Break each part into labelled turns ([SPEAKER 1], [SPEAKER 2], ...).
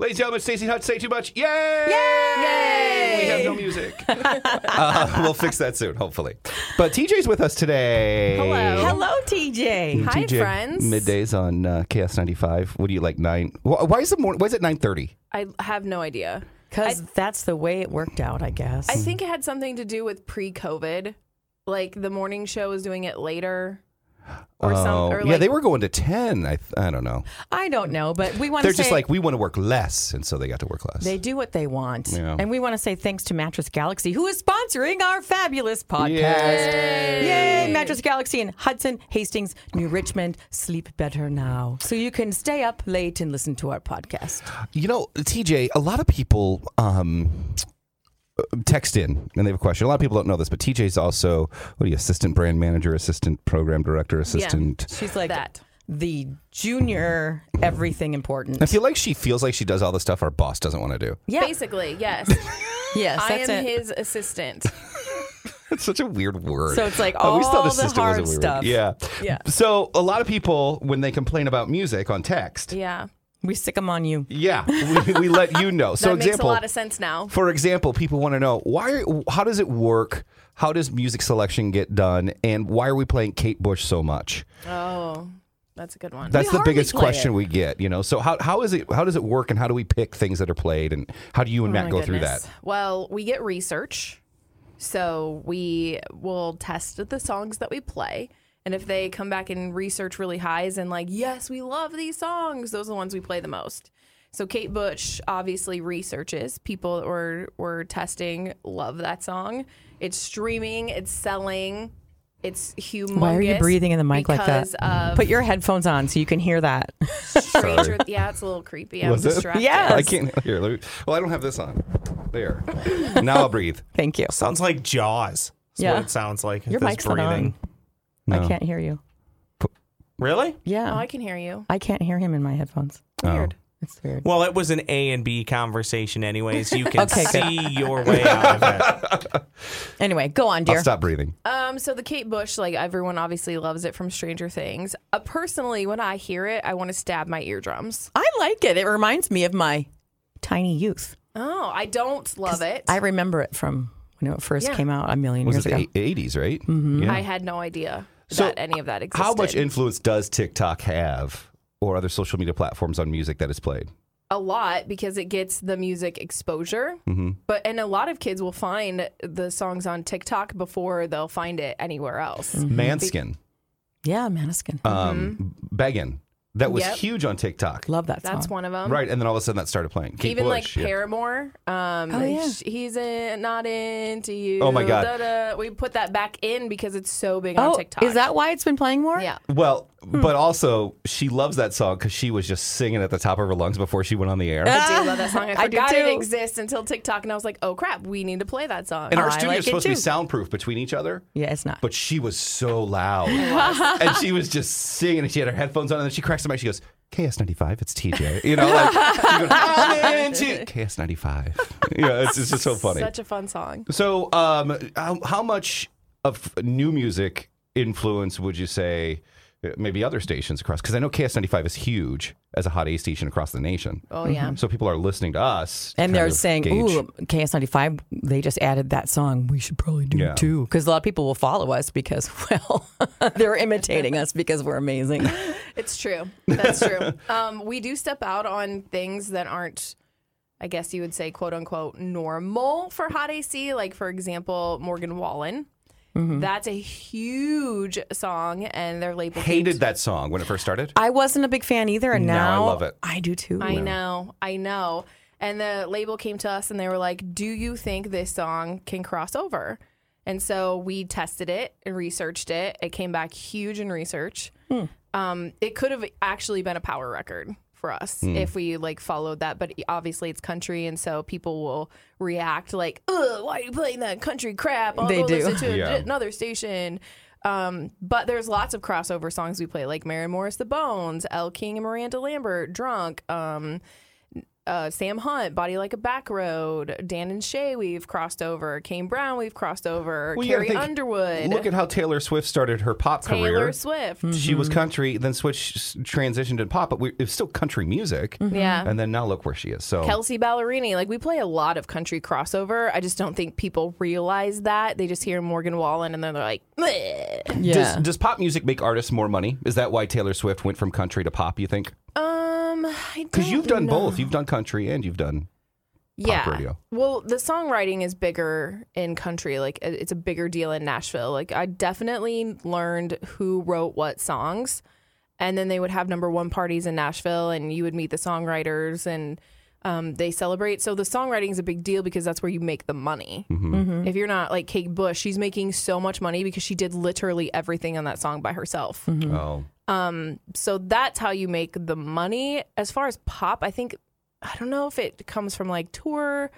[SPEAKER 1] Ladies and gentlemen, Stacey Hutt, say too much. Yay! We have no music. uh, we'll fix that soon, hopefully. But TJ's with us today.
[SPEAKER 2] Hello.
[SPEAKER 3] Hello, TJ.
[SPEAKER 2] Hi,
[SPEAKER 1] TJ,
[SPEAKER 2] friends.
[SPEAKER 1] Middays on uh, KS ninety five. What do you like nine? wh- Why is it morning? Why is it nine thirty?
[SPEAKER 2] I have no idea.
[SPEAKER 3] Because that's the way it worked out, I guess.
[SPEAKER 2] I
[SPEAKER 1] Hmm.
[SPEAKER 2] think it had something to do with pre-COVID. Like the morning show was doing it later, or some- or
[SPEAKER 1] Oh. yeah,
[SPEAKER 2] like-
[SPEAKER 1] they were going to ten. I th- I don't know.
[SPEAKER 3] I don't know, but we want
[SPEAKER 1] They're
[SPEAKER 3] to say
[SPEAKER 1] just like we want to work less, and so they got to work less.
[SPEAKER 3] they do what they want.
[SPEAKER 1] Yeah.
[SPEAKER 3] And we want to say thanks to Mattress Galaxy, who is sponsoring our fabulous podcast.
[SPEAKER 1] Yay!
[SPEAKER 3] Yay! Mattress Galaxy in Hudson, Hastings, New Richmond. Sleep better now. So you can stay up late and listen to our podcast.
[SPEAKER 1] You know, TJ, a lot of people um, text in and they have a question. A lot of people don't know this, but TJ's also what are you, assistant brand manager, assistant program director, assistant.
[SPEAKER 3] She's like
[SPEAKER 2] That.
[SPEAKER 3] the junior everything important.
[SPEAKER 1] I feel like she feels like she does all the stuff our boss doesn't want to do.
[SPEAKER 3] Yeah.
[SPEAKER 2] basically, yes.
[SPEAKER 3] yes,
[SPEAKER 2] I
[SPEAKER 3] that's
[SPEAKER 2] am
[SPEAKER 3] it.
[SPEAKER 2] his assistant.
[SPEAKER 1] It's such a weird word. Uh,
[SPEAKER 3] So it's like
[SPEAKER 1] I always thought
[SPEAKER 3] all the
[SPEAKER 1] assistant was a
[SPEAKER 3] hard
[SPEAKER 1] weird word.
[SPEAKER 3] stuff.
[SPEAKER 1] Yeah.
[SPEAKER 3] Yeah.
[SPEAKER 1] So a lot of people, when they complain about music on text,
[SPEAKER 2] Yeah,
[SPEAKER 3] We stick them on you.
[SPEAKER 1] yeah, we, we let you know. So
[SPEAKER 2] that
[SPEAKER 1] example,
[SPEAKER 2] makes a lot of sense now.
[SPEAKER 1] for example, people want to know why, how does it work? How does music selection get done? And why are we playing Kate Bush so much?
[SPEAKER 2] Oh, that's a good one.
[SPEAKER 1] That's the
[SPEAKER 3] hardly
[SPEAKER 1] biggest
[SPEAKER 3] play
[SPEAKER 1] question we get, you know. So how, how is it how does it work and how do we pick things that are played and how do you and Matt
[SPEAKER 2] Oh my
[SPEAKER 1] go
[SPEAKER 2] goodness.
[SPEAKER 1] through
[SPEAKER 2] Well, we get research. So we will test the songs that we play. And if they come back and research really highs and like, yes, we love these songs, those are the ones we play the most. So Kate Bush obviously researches. People that were, were testing love that song. It's streaming, it's selling, it's humongous.
[SPEAKER 3] Why are you breathing in the mic like that?
[SPEAKER 2] because Of
[SPEAKER 3] Put your headphones on so you can hear that.
[SPEAKER 2] stranger, yeah, it's a little creepy. I was,
[SPEAKER 1] Was it? that?
[SPEAKER 2] distracted.
[SPEAKER 3] Yeah.
[SPEAKER 1] I
[SPEAKER 3] Yes.
[SPEAKER 1] can't hear. Let me, well, I don't have this on. There. now I'll breathe.
[SPEAKER 3] Thank you.
[SPEAKER 4] Sounds like Jaws. Is
[SPEAKER 3] Yeah.
[SPEAKER 4] what it sounds like.
[SPEAKER 3] Your
[SPEAKER 4] This
[SPEAKER 3] mic's not on. I can't hear you.
[SPEAKER 4] Really?
[SPEAKER 3] Yeah.
[SPEAKER 2] Oh, I can hear you.
[SPEAKER 3] I can't hear him in my headphones.
[SPEAKER 1] Oh.
[SPEAKER 2] Weird.
[SPEAKER 3] It's weird.
[SPEAKER 4] Well, it was an A and B conversation, anyways. You can
[SPEAKER 3] Okay, good.
[SPEAKER 4] see your way out of it.
[SPEAKER 3] Anyway, go on,
[SPEAKER 1] I'll
[SPEAKER 3] dear.
[SPEAKER 1] stop breathing.
[SPEAKER 2] Um, so the Kate Bush, like everyone obviously loves it from Stranger Things. Uh, personally, when I hear it, I want to stab my eardrums.
[SPEAKER 3] I like it. It reminds me of my tiny youth.
[SPEAKER 2] Oh, I don't love it.
[SPEAKER 3] I remember it from when it first
[SPEAKER 2] Yeah.
[SPEAKER 3] came out a million
[SPEAKER 1] Was
[SPEAKER 3] years
[SPEAKER 1] it
[SPEAKER 3] ago.
[SPEAKER 1] the eighties, right? Yeah.
[SPEAKER 2] Mm-hmm. I had no idea
[SPEAKER 1] So,
[SPEAKER 2] that any of that existed.
[SPEAKER 1] How much influence does TikTok have or other social media platforms on music that is played?
[SPEAKER 2] a lot because it gets the music exposure.
[SPEAKER 1] Mm-hmm.
[SPEAKER 2] But and a lot of kids will find the songs on TikTok before they'll find it anywhere else.
[SPEAKER 1] Mm, Manskin.
[SPEAKER 3] Yeah, Maniskin.
[SPEAKER 1] Um Beggin. That was
[SPEAKER 2] Mm-hmm. Yep.
[SPEAKER 1] huge on TikTok.
[SPEAKER 3] Love that song.
[SPEAKER 2] That's one of
[SPEAKER 3] Um,
[SPEAKER 2] them.
[SPEAKER 1] Right. And then all of a sudden that started playing. Kate
[SPEAKER 2] Even
[SPEAKER 1] Bush.
[SPEAKER 2] like
[SPEAKER 1] yeah.
[SPEAKER 2] Paramore, um,
[SPEAKER 3] Oh, yeah.
[SPEAKER 2] sh- he's in, not into you.
[SPEAKER 1] Oh, my God.
[SPEAKER 2] da-da. We put that back in because it's so big on
[SPEAKER 3] Oh,
[SPEAKER 2] TikTok.
[SPEAKER 3] is that why it's been playing more?
[SPEAKER 2] Yeah.
[SPEAKER 1] Well,
[SPEAKER 3] Hmm.
[SPEAKER 1] but also she loves that song because she was just singing at the top of her lungs before she went on the air.
[SPEAKER 2] I do love that song. I
[SPEAKER 3] I do
[SPEAKER 2] forgot it
[SPEAKER 3] too.
[SPEAKER 2] exists until TikTok, and I was like, oh crap, we need to play that song.
[SPEAKER 1] and our
[SPEAKER 3] Oh, I
[SPEAKER 1] studio's
[SPEAKER 3] like it
[SPEAKER 1] supposed to be
[SPEAKER 3] too.
[SPEAKER 1] soundproof between each other,
[SPEAKER 3] Yeah, it's not.
[SPEAKER 1] but she was so loud, and she was just singing, and she had her headphones on, and then she cracks the mic. She goes, "KS ninety five, it's TJ," you know, like she goes, "I'm into KS ninety five. Yeah, it's, it's just so funny.
[SPEAKER 2] Such a fun song.
[SPEAKER 1] so, um, how, how much of new music influence would you say? uh, Maybe other stations across, because I know KS ninety five is huge as a hot A station across the nation.
[SPEAKER 2] Oh yeah.
[SPEAKER 1] So people are listening to us. to
[SPEAKER 3] And they're
[SPEAKER 1] kind of
[SPEAKER 3] saying,
[SPEAKER 1] gauge.
[SPEAKER 3] ooh, KS95, they just added that song. We should probably do
[SPEAKER 1] Yeah.
[SPEAKER 3] it too. Because a lot of people will follow us because, well, they're imitating us because we're amazing.
[SPEAKER 2] It's true. That's true. um, we do step out on things that aren't, I guess you would say, quote unquote, normal for Hot AC. Like, for example, Morgan Wallen.
[SPEAKER 1] Mm-hmm.
[SPEAKER 2] That's a huge song, and their label
[SPEAKER 1] hated that song when it first started.
[SPEAKER 3] I wasn't a big fan either. And
[SPEAKER 1] Now I
[SPEAKER 3] now
[SPEAKER 1] love it.
[SPEAKER 3] I do too.
[SPEAKER 2] I know, I know. And the label came to us and they were like, Do you think this song can cross over? And so we tested it and researched it. It came back huge in research. Um, it could have actually been a power record for us
[SPEAKER 3] Hmm.
[SPEAKER 2] if we like followed that, but e, obviously it's country, and so people will react like, "Ugh, why are you playing that country crap?" I'll
[SPEAKER 3] They
[SPEAKER 2] go
[SPEAKER 3] do.
[SPEAKER 2] listen to
[SPEAKER 1] Yeah.
[SPEAKER 2] another station. Um, but there's lots of crossover songs we play, like Mary Morris, The Bones, L. King and Miranda Lambert, Drunk. Um, uh, Sam Hunt, Body Like a Back Road, Dan and Shay, we've crossed over. Kane Brown, we've crossed over.
[SPEAKER 1] Well, you gotta
[SPEAKER 2] Carrie
[SPEAKER 1] think-
[SPEAKER 2] Underwood.
[SPEAKER 1] Look at how Taylor Swift started her pop
[SPEAKER 2] Taylor
[SPEAKER 1] career. Hmm.
[SPEAKER 2] Swift.
[SPEAKER 1] She was country, then switched, transitioned to pop, but we, it was still country music.
[SPEAKER 2] Mm-hmm. Yeah.
[SPEAKER 1] And then now look where she is. So
[SPEAKER 2] Kelsey Ballerini. Like we play a lot of country crossover. I just don't think people realize that. They just hear Morgan Wallen and then they're like, "Bleh."
[SPEAKER 1] does, does pop music make artists more money? Is that why Taylor Swift went from country to pop, you think?
[SPEAKER 2] um, I
[SPEAKER 1] Because you've done
[SPEAKER 2] don't know.
[SPEAKER 1] both. You've done country and you've done.
[SPEAKER 2] yeah.
[SPEAKER 1] radio.
[SPEAKER 2] Well, the songwriting is bigger in country. Like it- it's a bigger deal in Nashville. Like I definitely learned who wrote what songs, and then they would have number one parties in Nashville, and you would meet the songwriters and. Um, they celebrate. So the songwriting is a big deal because that's where you make the money.
[SPEAKER 1] mm-hmm.
[SPEAKER 2] If you're not like Kate Bush, she's making so much money because she did literally everything on that song by herself. Mm-hmm.
[SPEAKER 1] Oh.
[SPEAKER 2] So that's how you make the money. As far as pop, I think I don't know if it comes from like tour,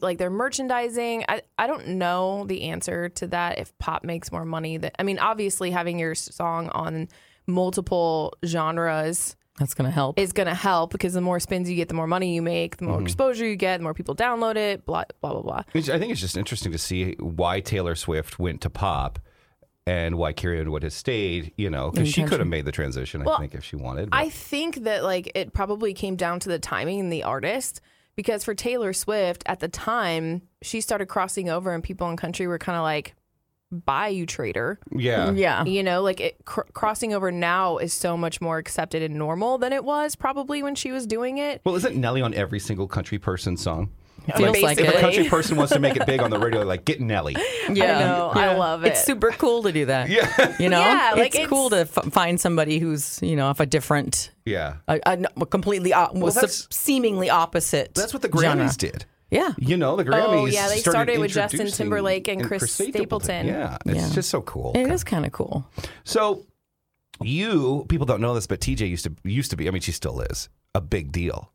[SPEAKER 2] like their merchandising. I I don't know the answer to that. If pop makes more money, that I mean, obviously having your song on multiple genres
[SPEAKER 3] That's going to help.
[SPEAKER 2] is going to help because the more spins you get, the more money you make, the more exposure you get, the more people download it. Blah blah blah blah.
[SPEAKER 1] It's- I think it's just interesting to see why Taylor Swift went to pop and why Carrie Underwood has stayed, you know, because she could have made the transition, I think, if she wanted. but-
[SPEAKER 2] I think that like it probably came down to the timing and the artist because for Taylor Swift at the time she started crossing over and people in country were kind of like buy you traitor Mm,
[SPEAKER 1] yeah.
[SPEAKER 3] yeah.
[SPEAKER 2] you know like it, cr- crossing over now is so much more accepted and normal than it was probably when she was doing it
[SPEAKER 1] Well, isn't Nelly on every single country person song?
[SPEAKER 3] Feels like
[SPEAKER 1] If a
[SPEAKER 3] it.
[SPEAKER 1] country person wants to make it big on the radio, like, get Nelly.
[SPEAKER 3] Yeah.
[SPEAKER 2] I know, I love
[SPEAKER 3] It's
[SPEAKER 2] it.
[SPEAKER 3] super cool to do that. Yeah. You know?
[SPEAKER 2] Yeah, like
[SPEAKER 3] it's,
[SPEAKER 2] it's-
[SPEAKER 3] cool to f- find somebody who's, you know, off a different,
[SPEAKER 1] Yeah.
[SPEAKER 3] a, a n- a completely, op- was
[SPEAKER 1] that's-
[SPEAKER 3] seemingly opposite.
[SPEAKER 1] That's what the Grammys
[SPEAKER 3] genre.
[SPEAKER 1] did.
[SPEAKER 3] Yeah.
[SPEAKER 1] You know, the Grammys.
[SPEAKER 2] Oh, yeah, they started with Justin
[SPEAKER 1] introducing-
[SPEAKER 2] Timberlake and Chris Stapleton.
[SPEAKER 1] Yeah, it's
[SPEAKER 3] Yeah.
[SPEAKER 1] just so cool.
[SPEAKER 3] It is kind of cool.
[SPEAKER 1] So you people don't know this, but TJ used to used to be. I mean, she still is a big deal.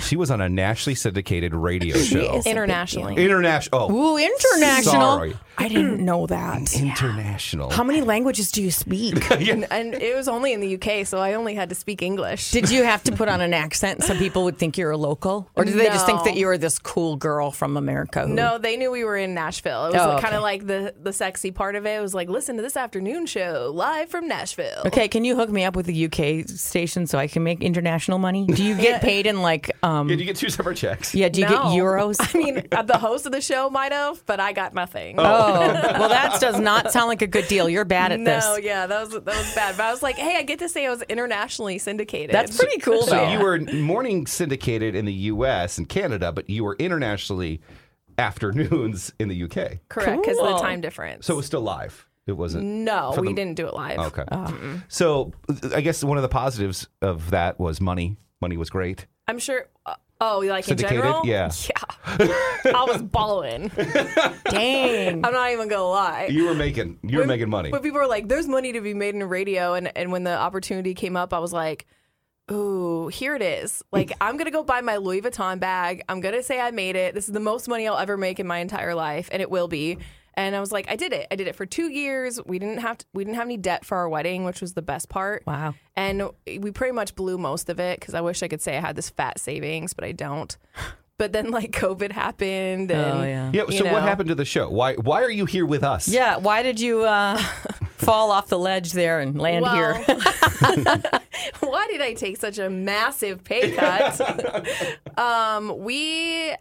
[SPEAKER 1] She was on a nationally syndicated radio show,
[SPEAKER 3] is-
[SPEAKER 2] internationally
[SPEAKER 1] international. Oh,
[SPEAKER 3] Ooh, international.
[SPEAKER 1] Sorry.
[SPEAKER 3] I didn't know that.
[SPEAKER 1] international.
[SPEAKER 3] How many languages do you speak?
[SPEAKER 2] and it was only in the UK so I only had to speak English
[SPEAKER 3] Did you have to put on an accent so people would think you're a local? Or did they just think
[SPEAKER 2] No.
[SPEAKER 3] that you were this cool girl from America? who-
[SPEAKER 2] No, they knew we were in Nashville. It was
[SPEAKER 3] Oh,
[SPEAKER 2] kind
[SPEAKER 3] okay.
[SPEAKER 2] of like the the sexy part of it. It was like, listen to this afternoon show live from Nashville.
[SPEAKER 3] Okay, can you hook me up with the UK station so I can make international money? Do you get paid in like um
[SPEAKER 1] Did you get two separate checks?
[SPEAKER 3] yeah, do you
[SPEAKER 2] No.
[SPEAKER 3] get euros?
[SPEAKER 2] I mean, uh, the host of the show might have, but I got nothing.
[SPEAKER 3] Oh, well that does not sound like a good deal. You're bad at
[SPEAKER 2] no,
[SPEAKER 3] this.
[SPEAKER 2] yeah, that was that was bad. But I was like, hey, I get to say I was internationally syndicated.
[SPEAKER 3] That's pretty cool
[SPEAKER 1] So
[SPEAKER 3] though.
[SPEAKER 1] you were morning syndicated in the U.S. and Canada, but you were internationally afternoons in the U.K.
[SPEAKER 2] correct because of
[SPEAKER 3] cool.
[SPEAKER 2] the time difference.
[SPEAKER 1] So it was still live. It wasn't.
[SPEAKER 2] no,
[SPEAKER 1] for
[SPEAKER 2] we
[SPEAKER 1] the-
[SPEAKER 2] didn't do it live.
[SPEAKER 1] Okay. So I guess one of the positives of that was money. Money was great.
[SPEAKER 2] I'm sure. uh, oh, like
[SPEAKER 1] Syndicated?
[SPEAKER 2] in general,
[SPEAKER 1] Yeah.
[SPEAKER 2] yeah. I was balling.
[SPEAKER 3] Dang.
[SPEAKER 2] I'm not even gonna lie.
[SPEAKER 1] You were making you were making money.
[SPEAKER 2] But people were like, "There's money to be made in radio," and and when the opportunity came up, I was like, "Ooh, here it is! Like, I'm gonna go buy my Louis Vuitton bag. I'm gonna say I made it. This is the most money I'll ever make in my entire life, and it will be." And I was like, "I did it! I did it for two years. We didn't have to, we didn't have any debt for our wedding, which was the best part.
[SPEAKER 3] Wow.
[SPEAKER 2] And we pretty much blew most of it because I wish I could say I had this fat savings, but I don't. But then like COVID happened, and
[SPEAKER 3] Oh, yeah.
[SPEAKER 1] Yeah.
[SPEAKER 2] you
[SPEAKER 1] So what
[SPEAKER 2] know.
[SPEAKER 1] happened to the show? Why Why are you here with us?
[SPEAKER 3] Yeah, why did you uh, fall off the ledge there and land here?
[SPEAKER 2] why did I take such a massive pay cut? um, we,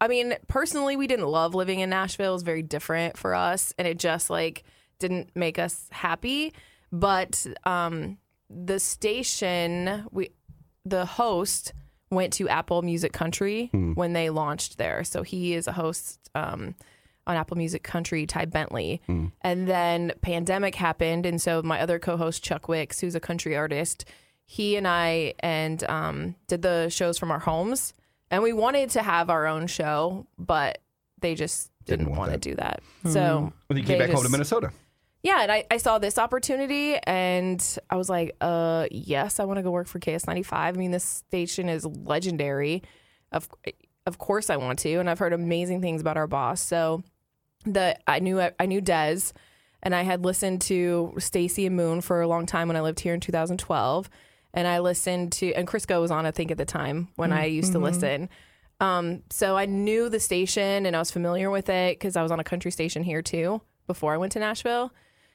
[SPEAKER 2] I mean, personally, we didn't love living in Nashville. It was very different for us, and it just like didn't make us happy. But um, the station, we, the host went to Apple Music Country
[SPEAKER 1] Hmm.
[SPEAKER 2] when they launched there, so he is a host. Um, on Apple Music Country, Ty Bentley.
[SPEAKER 1] Hmm.
[SPEAKER 2] And then pandemic happened. And so my other co host, Chuck Wicks, who's a country artist, he and I and um, did the shows from our homes. And we wanted to have our own show, but they just didn't,
[SPEAKER 1] Didn't want
[SPEAKER 2] want
[SPEAKER 1] that.
[SPEAKER 2] to do that. So
[SPEAKER 1] When you came
[SPEAKER 2] they
[SPEAKER 1] back home to
[SPEAKER 2] just-
[SPEAKER 1] Minnesota.
[SPEAKER 2] yeah, and I, I saw this opportunity and I was like, uh, yes, I want to go work for KS95. I mean, this station is legendary. Of of course I want to, and I've heard amazing things about our boss. So the I knew I knew Dez and I had listened to Stacy and Moon for a long time when I lived here in 2012. and I listened to and Crisco was on I think at the time when I used
[SPEAKER 3] Mm-hmm.
[SPEAKER 2] to listen. Um, so I knew the station and I was familiar with it because I was on a country station here too before I went to Nashville.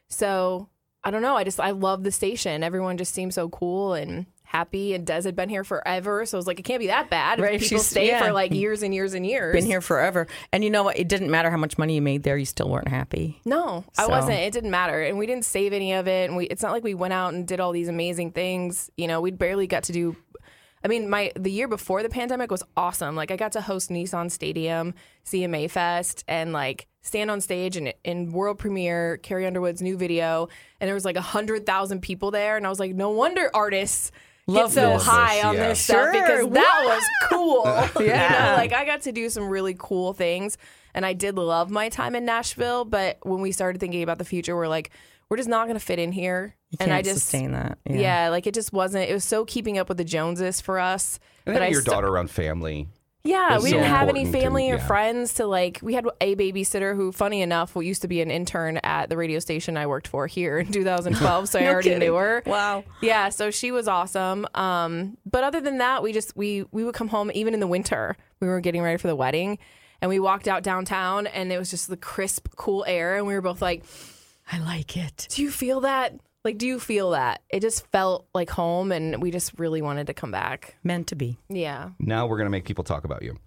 [SPEAKER 2] So I don't know. I just I love the station. Everyone just seems so cool and happy. And Des had been here forever, so I was like, it can't be that bad. If
[SPEAKER 3] Right,
[SPEAKER 2] People
[SPEAKER 3] she's-
[SPEAKER 2] stay
[SPEAKER 3] yeah.
[SPEAKER 2] for like years and years and years.
[SPEAKER 3] Been here forever. And you know what? It didn't matter how much money you made there, you still weren't happy.
[SPEAKER 2] No, I
[SPEAKER 3] So-
[SPEAKER 2] wasn't. It didn't matter, and we didn't save any of it. And we, it's not like we went out and did all these amazing things. You know, we barely got to do. I mean, my the year before the pandemic was awesome. Like I got to host Nissan Stadium, CMA Fest, and like stand on stage and in world premiere Carrie Underwood's new video, and there was like a hundred thousand people there, and I was like, no wonder artists. get
[SPEAKER 3] Love
[SPEAKER 2] so
[SPEAKER 3] this.
[SPEAKER 2] high on
[SPEAKER 1] Yeah.
[SPEAKER 2] their stuff
[SPEAKER 3] Sure.
[SPEAKER 2] because that was cool. You
[SPEAKER 3] Yeah.
[SPEAKER 2] know, like I got to do some really cool things and I did love my time in Nashville, but when we started thinking about the future, we're like, we're just not gonna fit in here.
[SPEAKER 3] You
[SPEAKER 2] and
[SPEAKER 3] can't
[SPEAKER 2] I just
[SPEAKER 3] sustain that.
[SPEAKER 2] yeah. like it just wasn't it was so keeping up with the Joneses for us.
[SPEAKER 1] And
[SPEAKER 2] that
[SPEAKER 1] having
[SPEAKER 2] I
[SPEAKER 1] your
[SPEAKER 2] st-
[SPEAKER 1] daughter around family.
[SPEAKER 2] yeah,
[SPEAKER 1] is
[SPEAKER 2] we
[SPEAKER 1] so
[SPEAKER 2] didn't have any
[SPEAKER 1] important to-
[SPEAKER 2] family or
[SPEAKER 1] yeah.
[SPEAKER 2] friends to like. We had a babysitter who, funny enough, used to be an intern at the radio station I worked for here in 2012. So I already knew her.
[SPEAKER 3] Wow.
[SPEAKER 2] Yeah, so she was awesome. Um, but other than that, we just we we would come home even in the winter. We were getting ready for the wedding, and we walked out downtown, and it was just the crisp, cool air, and we were both like,
[SPEAKER 3] I like it.
[SPEAKER 2] "Do you feel that? Like, do you feel that?" It just felt like home, and we just really wanted to come back.
[SPEAKER 3] Meant to be.
[SPEAKER 2] Yeah.
[SPEAKER 1] Now we're going to make people talk about you.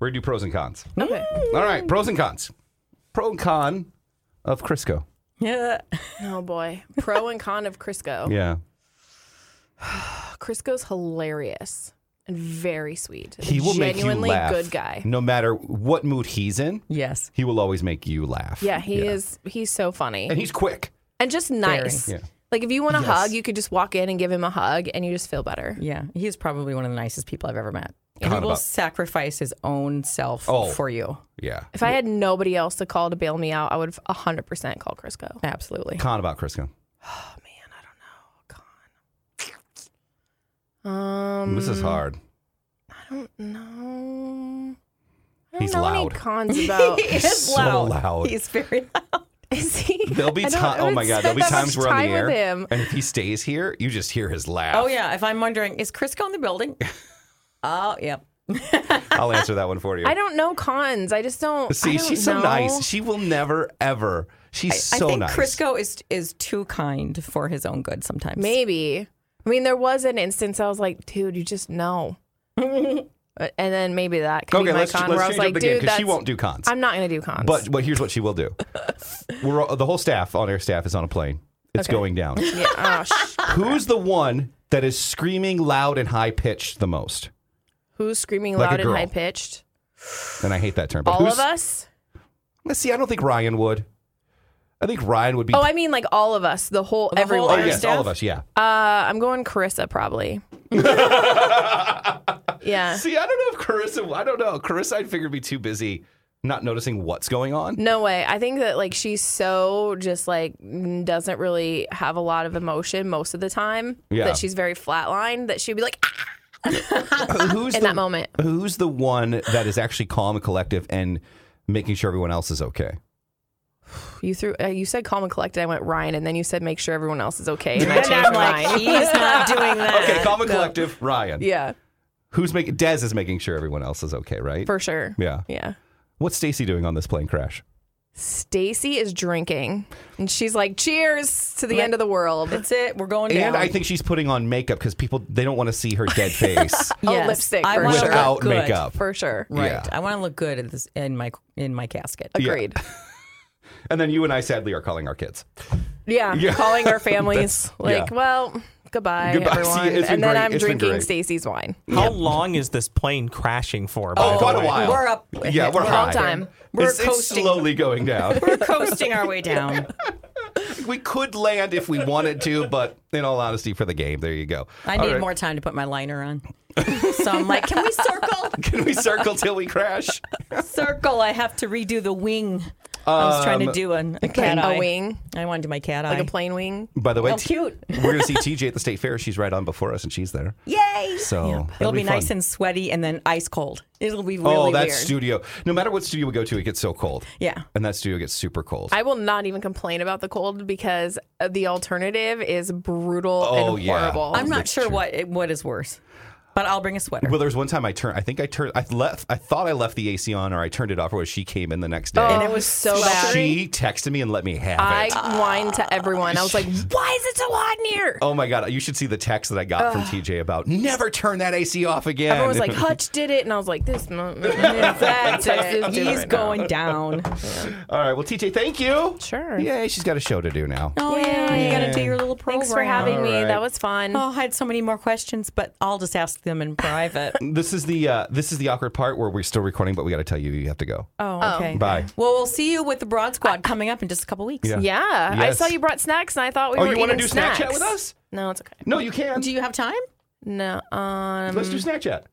[SPEAKER 1] We're going to do pros and cons.
[SPEAKER 2] Okay.
[SPEAKER 3] Mm.
[SPEAKER 1] All right, pros and cons. Pro and con of Crisco.
[SPEAKER 3] Yeah.
[SPEAKER 2] Oh boy, pro and con of Crisco.
[SPEAKER 1] Yeah.
[SPEAKER 2] Crisco's hilarious and very sweet.
[SPEAKER 1] He will make you
[SPEAKER 2] genuinely
[SPEAKER 1] laugh.
[SPEAKER 2] good guy.
[SPEAKER 1] No matter what mood he's in,
[SPEAKER 3] Yes.
[SPEAKER 1] he will always make you laugh.
[SPEAKER 2] Yeah, he is. He's so funny.
[SPEAKER 1] And he's quick.
[SPEAKER 2] and just nice.
[SPEAKER 1] Yeah.
[SPEAKER 2] Like if you want a hug, you could just walk in and give him a hug, and you just feel better.
[SPEAKER 3] Yeah. He's probably one of the nicest people I've ever met. And
[SPEAKER 1] God,
[SPEAKER 3] he will
[SPEAKER 1] about-
[SPEAKER 3] sacrifice his own self
[SPEAKER 1] Oh.
[SPEAKER 3] for you.
[SPEAKER 1] Yeah.
[SPEAKER 2] If I had nobody else to call to bail me out, I would hundred percent call Crisco.
[SPEAKER 3] Absolutely.
[SPEAKER 1] Con about Crisco.
[SPEAKER 2] Um,
[SPEAKER 1] This is hard.
[SPEAKER 2] no, I don't
[SPEAKER 1] He's
[SPEAKER 2] know
[SPEAKER 1] loud.
[SPEAKER 2] Any cons about
[SPEAKER 3] He
[SPEAKER 1] He's
[SPEAKER 3] is
[SPEAKER 1] so loud.
[SPEAKER 3] He's very loud.
[SPEAKER 2] is he?
[SPEAKER 1] There'll be
[SPEAKER 2] I don't-
[SPEAKER 1] time.
[SPEAKER 2] I
[SPEAKER 1] Oh
[SPEAKER 2] would
[SPEAKER 1] my God.
[SPEAKER 2] spend
[SPEAKER 1] There'll be
[SPEAKER 2] that
[SPEAKER 1] times
[SPEAKER 2] much
[SPEAKER 1] we're on the
[SPEAKER 2] time
[SPEAKER 1] air.
[SPEAKER 2] with him.
[SPEAKER 1] And if he stays here, you just hear his laugh.
[SPEAKER 3] Oh yeah. If I'm wondering, is Crisco in the building? oh yep.
[SPEAKER 1] I'll answer that one for you.
[SPEAKER 2] I don't know cons. I just don't. I
[SPEAKER 1] See,
[SPEAKER 2] don't
[SPEAKER 1] she's so
[SPEAKER 2] know.
[SPEAKER 1] nice. She will never, ever. She's so
[SPEAKER 3] I think
[SPEAKER 1] nice.
[SPEAKER 3] Crisco is is too kind for his own good sometimes.
[SPEAKER 2] Maybe. I mean, there was an instance I was like, dude, you just know. and then maybe that could
[SPEAKER 1] okay,
[SPEAKER 2] be my
[SPEAKER 1] let's,
[SPEAKER 2] con
[SPEAKER 1] let's
[SPEAKER 2] where I was
[SPEAKER 1] change
[SPEAKER 2] like,
[SPEAKER 1] up the game
[SPEAKER 2] dude,
[SPEAKER 1] because
[SPEAKER 2] that's
[SPEAKER 1] she won't do cons.
[SPEAKER 2] I'm not gonna do cons.
[SPEAKER 1] But but here's what she will do. We're all, the whole staff on air staff is on a plane. It's going down.
[SPEAKER 2] yeah, oh, sh-
[SPEAKER 1] Who's the one that is screaming loud and high pitched the most?
[SPEAKER 2] who's screaming
[SPEAKER 1] Like a
[SPEAKER 2] loud and
[SPEAKER 1] girl.
[SPEAKER 2] high pitched?
[SPEAKER 1] And I hate that term. But
[SPEAKER 2] All
[SPEAKER 1] who's,
[SPEAKER 2] of us.
[SPEAKER 1] Let's see. I don't think Ryan would. I think Ryan would be.
[SPEAKER 2] Oh, I mean like all of us, the whole
[SPEAKER 3] whole
[SPEAKER 2] everyone.
[SPEAKER 1] Oh,
[SPEAKER 3] our
[SPEAKER 1] yes,
[SPEAKER 3] staff?
[SPEAKER 1] all of us. Yeah.
[SPEAKER 2] Uh, I'm going Carissa probably. yeah.
[SPEAKER 1] see, I don't know if Carissa. I don't know. Carissa, I figured, would be too busy not noticing what's going on.
[SPEAKER 2] No way. I think that like she's so just like n- doesn't really have a lot of emotion most of the time.
[SPEAKER 1] Yeah.
[SPEAKER 2] That she's very flatline. That she'd be like "Ah,"
[SPEAKER 1] who's
[SPEAKER 2] in
[SPEAKER 1] the,
[SPEAKER 2] that moment.
[SPEAKER 1] Who's the one that is actually calm and collective and making sure everyone else is okay?
[SPEAKER 2] You threw. Uh, you said calm and collected. I went Ryan, and then you said make sure everyone else is okay. And I
[SPEAKER 3] And
[SPEAKER 2] changed
[SPEAKER 3] I'm
[SPEAKER 2] mine.
[SPEAKER 3] like, he's not doing that.
[SPEAKER 1] Okay, calm and collective. Ryan.
[SPEAKER 2] Yeah,
[SPEAKER 1] Who's making Dez is making sure everyone else is okay, right?
[SPEAKER 2] for sure.
[SPEAKER 1] yeah.
[SPEAKER 2] Yeah.
[SPEAKER 1] What's Stacy doing on this plane crash?
[SPEAKER 2] Stacy is drinking, and she's like, "Cheers to the end of the world."
[SPEAKER 3] That's it. We're going down.
[SPEAKER 1] And I think she's putting on makeup because people they don't want to see her dead face
[SPEAKER 2] Oh,
[SPEAKER 3] Yes.
[SPEAKER 2] lipstick
[SPEAKER 3] I
[SPEAKER 2] for
[SPEAKER 3] wanna
[SPEAKER 2] sure.
[SPEAKER 3] look
[SPEAKER 1] without
[SPEAKER 3] good.
[SPEAKER 1] makeup.
[SPEAKER 2] for sure.
[SPEAKER 3] Right.
[SPEAKER 1] Yeah.
[SPEAKER 3] I want to look good in, this, in my in my casket.
[SPEAKER 1] Yeah.
[SPEAKER 2] Agreed.
[SPEAKER 1] And then you and I sadly are calling our kids.
[SPEAKER 2] Yeah,
[SPEAKER 1] Yeah.
[SPEAKER 2] calling our families like,
[SPEAKER 1] yeah.
[SPEAKER 2] well, goodbye,
[SPEAKER 1] Goodbye. See,
[SPEAKER 2] everyone,
[SPEAKER 1] it's been
[SPEAKER 2] and then
[SPEAKER 1] great.
[SPEAKER 2] I'm
[SPEAKER 1] It's been
[SPEAKER 2] drinking
[SPEAKER 1] great.
[SPEAKER 2] Stacy's wine.
[SPEAKER 4] How long is this plane crashing for? By the
[SPEAKER 1] Quite a
[SPEAKER 4] way?
[SPEAKER 1] while.
[SPEAKER 3] We're up.
[SPEAKER 1] Yeah, we're
[SPEAKER 3] We're
[SPEAKER 1] high.
[SPEAKER 2] all time.
[SPEAKER 3] We're
[SPEAKER 1] it's, it's
[SPEAKER 3] coasting.
[SPEAKER 1] slowly going down.
[SPEAKER 3] We're coasting our way down.
[SPEAKER 1] we could land if we wanted to, but in all honesty, for the game, there you go.
[SPEAKER 3] I
[SPEAKER 1] All
[SPEAKER 3] need
[SPEAKER 1] right.
[SPEAKER 3] more time to put my liner on. So I'm like, can we circle?
[SPEAKER 1] Can we circle till we crash?
[SPEAKER 3] Circle. I have to redo the wing. I was trying
[SPEAKER 1] Um,
[SPEAKER 3] to do an, a cat eye.
[SPEAKER 2] a wing,
[SPEAKER 3] I wanted to do my cat
[SPEAKER 2] like
[SPEAKER 3] eye.
[SPEAKER 2] a plane wing.
[SPEAKER 1] By the way,
[SPEAKER 3] Oh,
[SPEAKER 1] T-
[SPEAKER 3] cute.
[SPEAKER 1] we're going to see TJ at the state fair. She's right on before us, and she's there.
[SPEAKER 3] Yay!
[SPEAKER 1] So
[SPEAKER 3] It'll be, nice
[SPEAKER 1] Oh, fun.
[SPEAKER 3] and sweaty and then ice cold. It'll be really
[SPEAKER 1] Oh, that
[SPEAKER 3] weird.
[SPEAKER 1] studio. No matter what studio we go to, it gets so cold.
[SPEAKER 3] Yeah.
[SPEAKER 1] And that studio gets super cold.
[SPEAKER 2] I will not even complain about the cold because uh, the alternative is brutal
[SPEAKER 1] Oh,
[SPEAKER 2] and
[SPEAKER 1] yeah.
[SPEAKER 2] horrible.
[SPEAKER 3] I'm not
[SPEAKER 1] That's
[SPEAKER 3] sure
[SPEAKER 1] true.
[SPEAKER 3] what what is worse, but I'll bring a sweater.
[SPEAKER 1] well, there was one time I turned. I think I turned. I left. I thought I left the AC on, or I turned it off. Or she came in the next day.
[SPEAKER 2] and it was Oh, so bad.
[SPEAKER 1] she texted me and let me have
[SPEAKER 2] I
[SPEAKER 1] it.
[SPEAKER 2] whined to everyone. I was like, "Why is it so hot in here?"
[SPEAKER 1] Oh my god! You should see the text that I got from TJ about never turn that AC off again.
[SPEAKER 2] Everyone was like, "Hutch did it," and I was like, "This, m- that's it.
[SPEAKER 3] He's going down.
[SPEAKER 1] All right, well, TJ, thank you.
[SPEAKER 2] Sure.
[SPEAKER 1] Yeah, she's got a show to do now.
[SPEAKER 3] Oh yeah, you gotta do your little program.
[SPEAKER 2] Thanks for having
[SPEAKER 1] All
[SPEAKER 2] me.
[SPEAKER 1] right.
[SPEAKER 2] That was fun.
[SPEAKER 3] Oh, I had so many more questions, but I'll just ask them in private.
[SPEAKER 1] This is the uh, this is the awkward part where we're still recording, but we got to tell you you have to go.
[SPEAKER 3] Oh, okay.
[SPEAKER 1] Bye.
[SPEAKER 3] Well, we'll see you with the Broad Squad coming up in just a couple weeks.
[SPEAKER 1] Yeah.
[SPEAKER 2] Yeah, I
[SPEAKER 1] Yes.
[SPEAKER 2] saw you brought snacks, and I thought we
[SPEAKER 1] oh,
[SPEAKER 2] were
[SPEAKER 1] you
[SPEAKER 2] eating
[SPEAKER 1] want to do Snapchat
[SPEAKER 2] snacks.
[SPEAKER 1] with us?
[SPEAKER 2] No, it's okay.
[SPEAKER 1] No, you can.
[SPEAKER 3] Do you have time?
[SPEAKER 2] No,
[SPEAKER 1] Let's
[SPEAKER 2] um,
[SPEAKER 1] do Snapchat.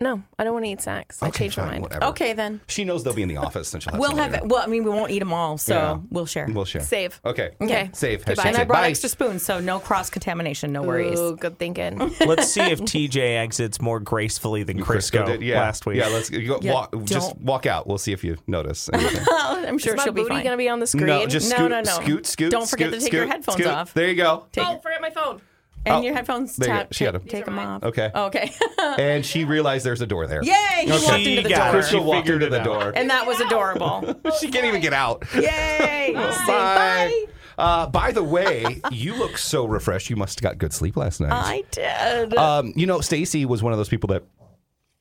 [SPEAKER 2] no, I don't want to eat snacks. I changed
[SPEAKER 1] fine,
[SPEAKER 2] my mind.
[SPEAKER 1] Whatever.
[SPEAKER 3] Okay, then.
[SPEAKER 1] She knows they'll be in the office, and she'll have.
[SPEAKER 3] We'll
[SPEAKER 1] some
[SPEAKER 3] have.
[SPEAKER 1] later.
[SPEAKER 3] Well, I mean, we won't eat them all, so
[SPEAKER 1] Yeah.
[SPEAKER 3] we'll share.
[SPEAKER 1] We'll share.
[SPEAKER 2] Save.
[SPEAKER 1] Okay.
[SPEAKER 2] Okay.
[SPEAKER 1] Save.
[SPEAKER 2] Goodbye.
[SPEAKER 1] Hashtag
[SPEAKER 3] and I
[SPEAKER 1] save.
[SPEAKER 3] brought
[SPEAKER 1] Bye.
[SPEAKER 3] extra spoons, so no cross contamination, no worries.
[SPEAKER 2] Ooh, good thinking.
[SPEAKER 4] Let's see if TJ exits more gracefully than Crisco,
[SPEAKER 1] Crisco did- yeah.
[SPEAKER 4] last week.
[SPEAKER 1] Yeah, let's you go, walk, just
[SPEAKER 3] don't-
[SPEAKER 1] walk out. We'll see if you notice. anything.
[SPEAKER 3] Oh, I'm sure
[SPEAKER 2] Is my
[SPEAKER 3] she'll be
[SPEAKER 2] booty
[SPEAKER 3] fine.
[SPEAKER 2] gonna be on the screen?
[SPEAKER 1] no, just
[SPEAKER 3] No,
[SPEAKER 1] scoot,
[SPEAKER 3] no, no.
[SPEAKER 1] scoot, scoot.
[SPEAKER 3] Don't forget to
[SPEAKER 1] scoot,
[SPEAKER 3] take your
[SPEAKER 1] scoot,
[SPEAKER 3] headphones
[SPEAKER 1] scoot.
[SPEAKER 3] off.
[SPEAKER 1] There you go.
[SPEAKER 2] oh, forget my phone.
[SPEAKER 3] and
[SPEAKER 1] Oh,
[SPEAKER 3] your headphones.
[SPEAKER 1] there you go.
[SPEAKER 3] tap-
[SPEAKER 1] She had
[SPEAKER 3] take,
[SPEAKER 1] 'em.
[SPEAKER 3] take
[SPEAKER 2] are
[SPEAKER 3] them
[SPEAKER 2] mine.
[SPEAKER 3] off.
[SPEAKER 1] Okay.
[SPEAKER 3] Okay.
[SPEAKER 1] and she realized there's a door there.
[SPEAKER 3] Yay!
[SPEAKER 1] Okay.
[SPEAKER 3] He Oh. walked into
[SPEAKER 4] She
[SPEAKER 3] the
[SPEAKER 4] got
[SPEAKER 3] door,
[SPEAKER 4] it.
[SPEAKER 1] Crystal
[SPEAKER 4] She
[SPEAKER 1] walked
[SPEAKER 4] figured
[SPEAKER 1] into the
[SPEAKER 4] it
[SPEAKER 1] door.
[SPEAKER 3] and that was adorable.
[SPEAKER 1] she can't even get out.
[SPEAKER 3] Yay! We'll see.
[SPEAKER 1] Bye. Uh, by the way, you look so refreshed. You must have got good sleep last night.
[SPEAKER 3] I did.
[SPEAKER 1] um, you know, Stacy was one of those people that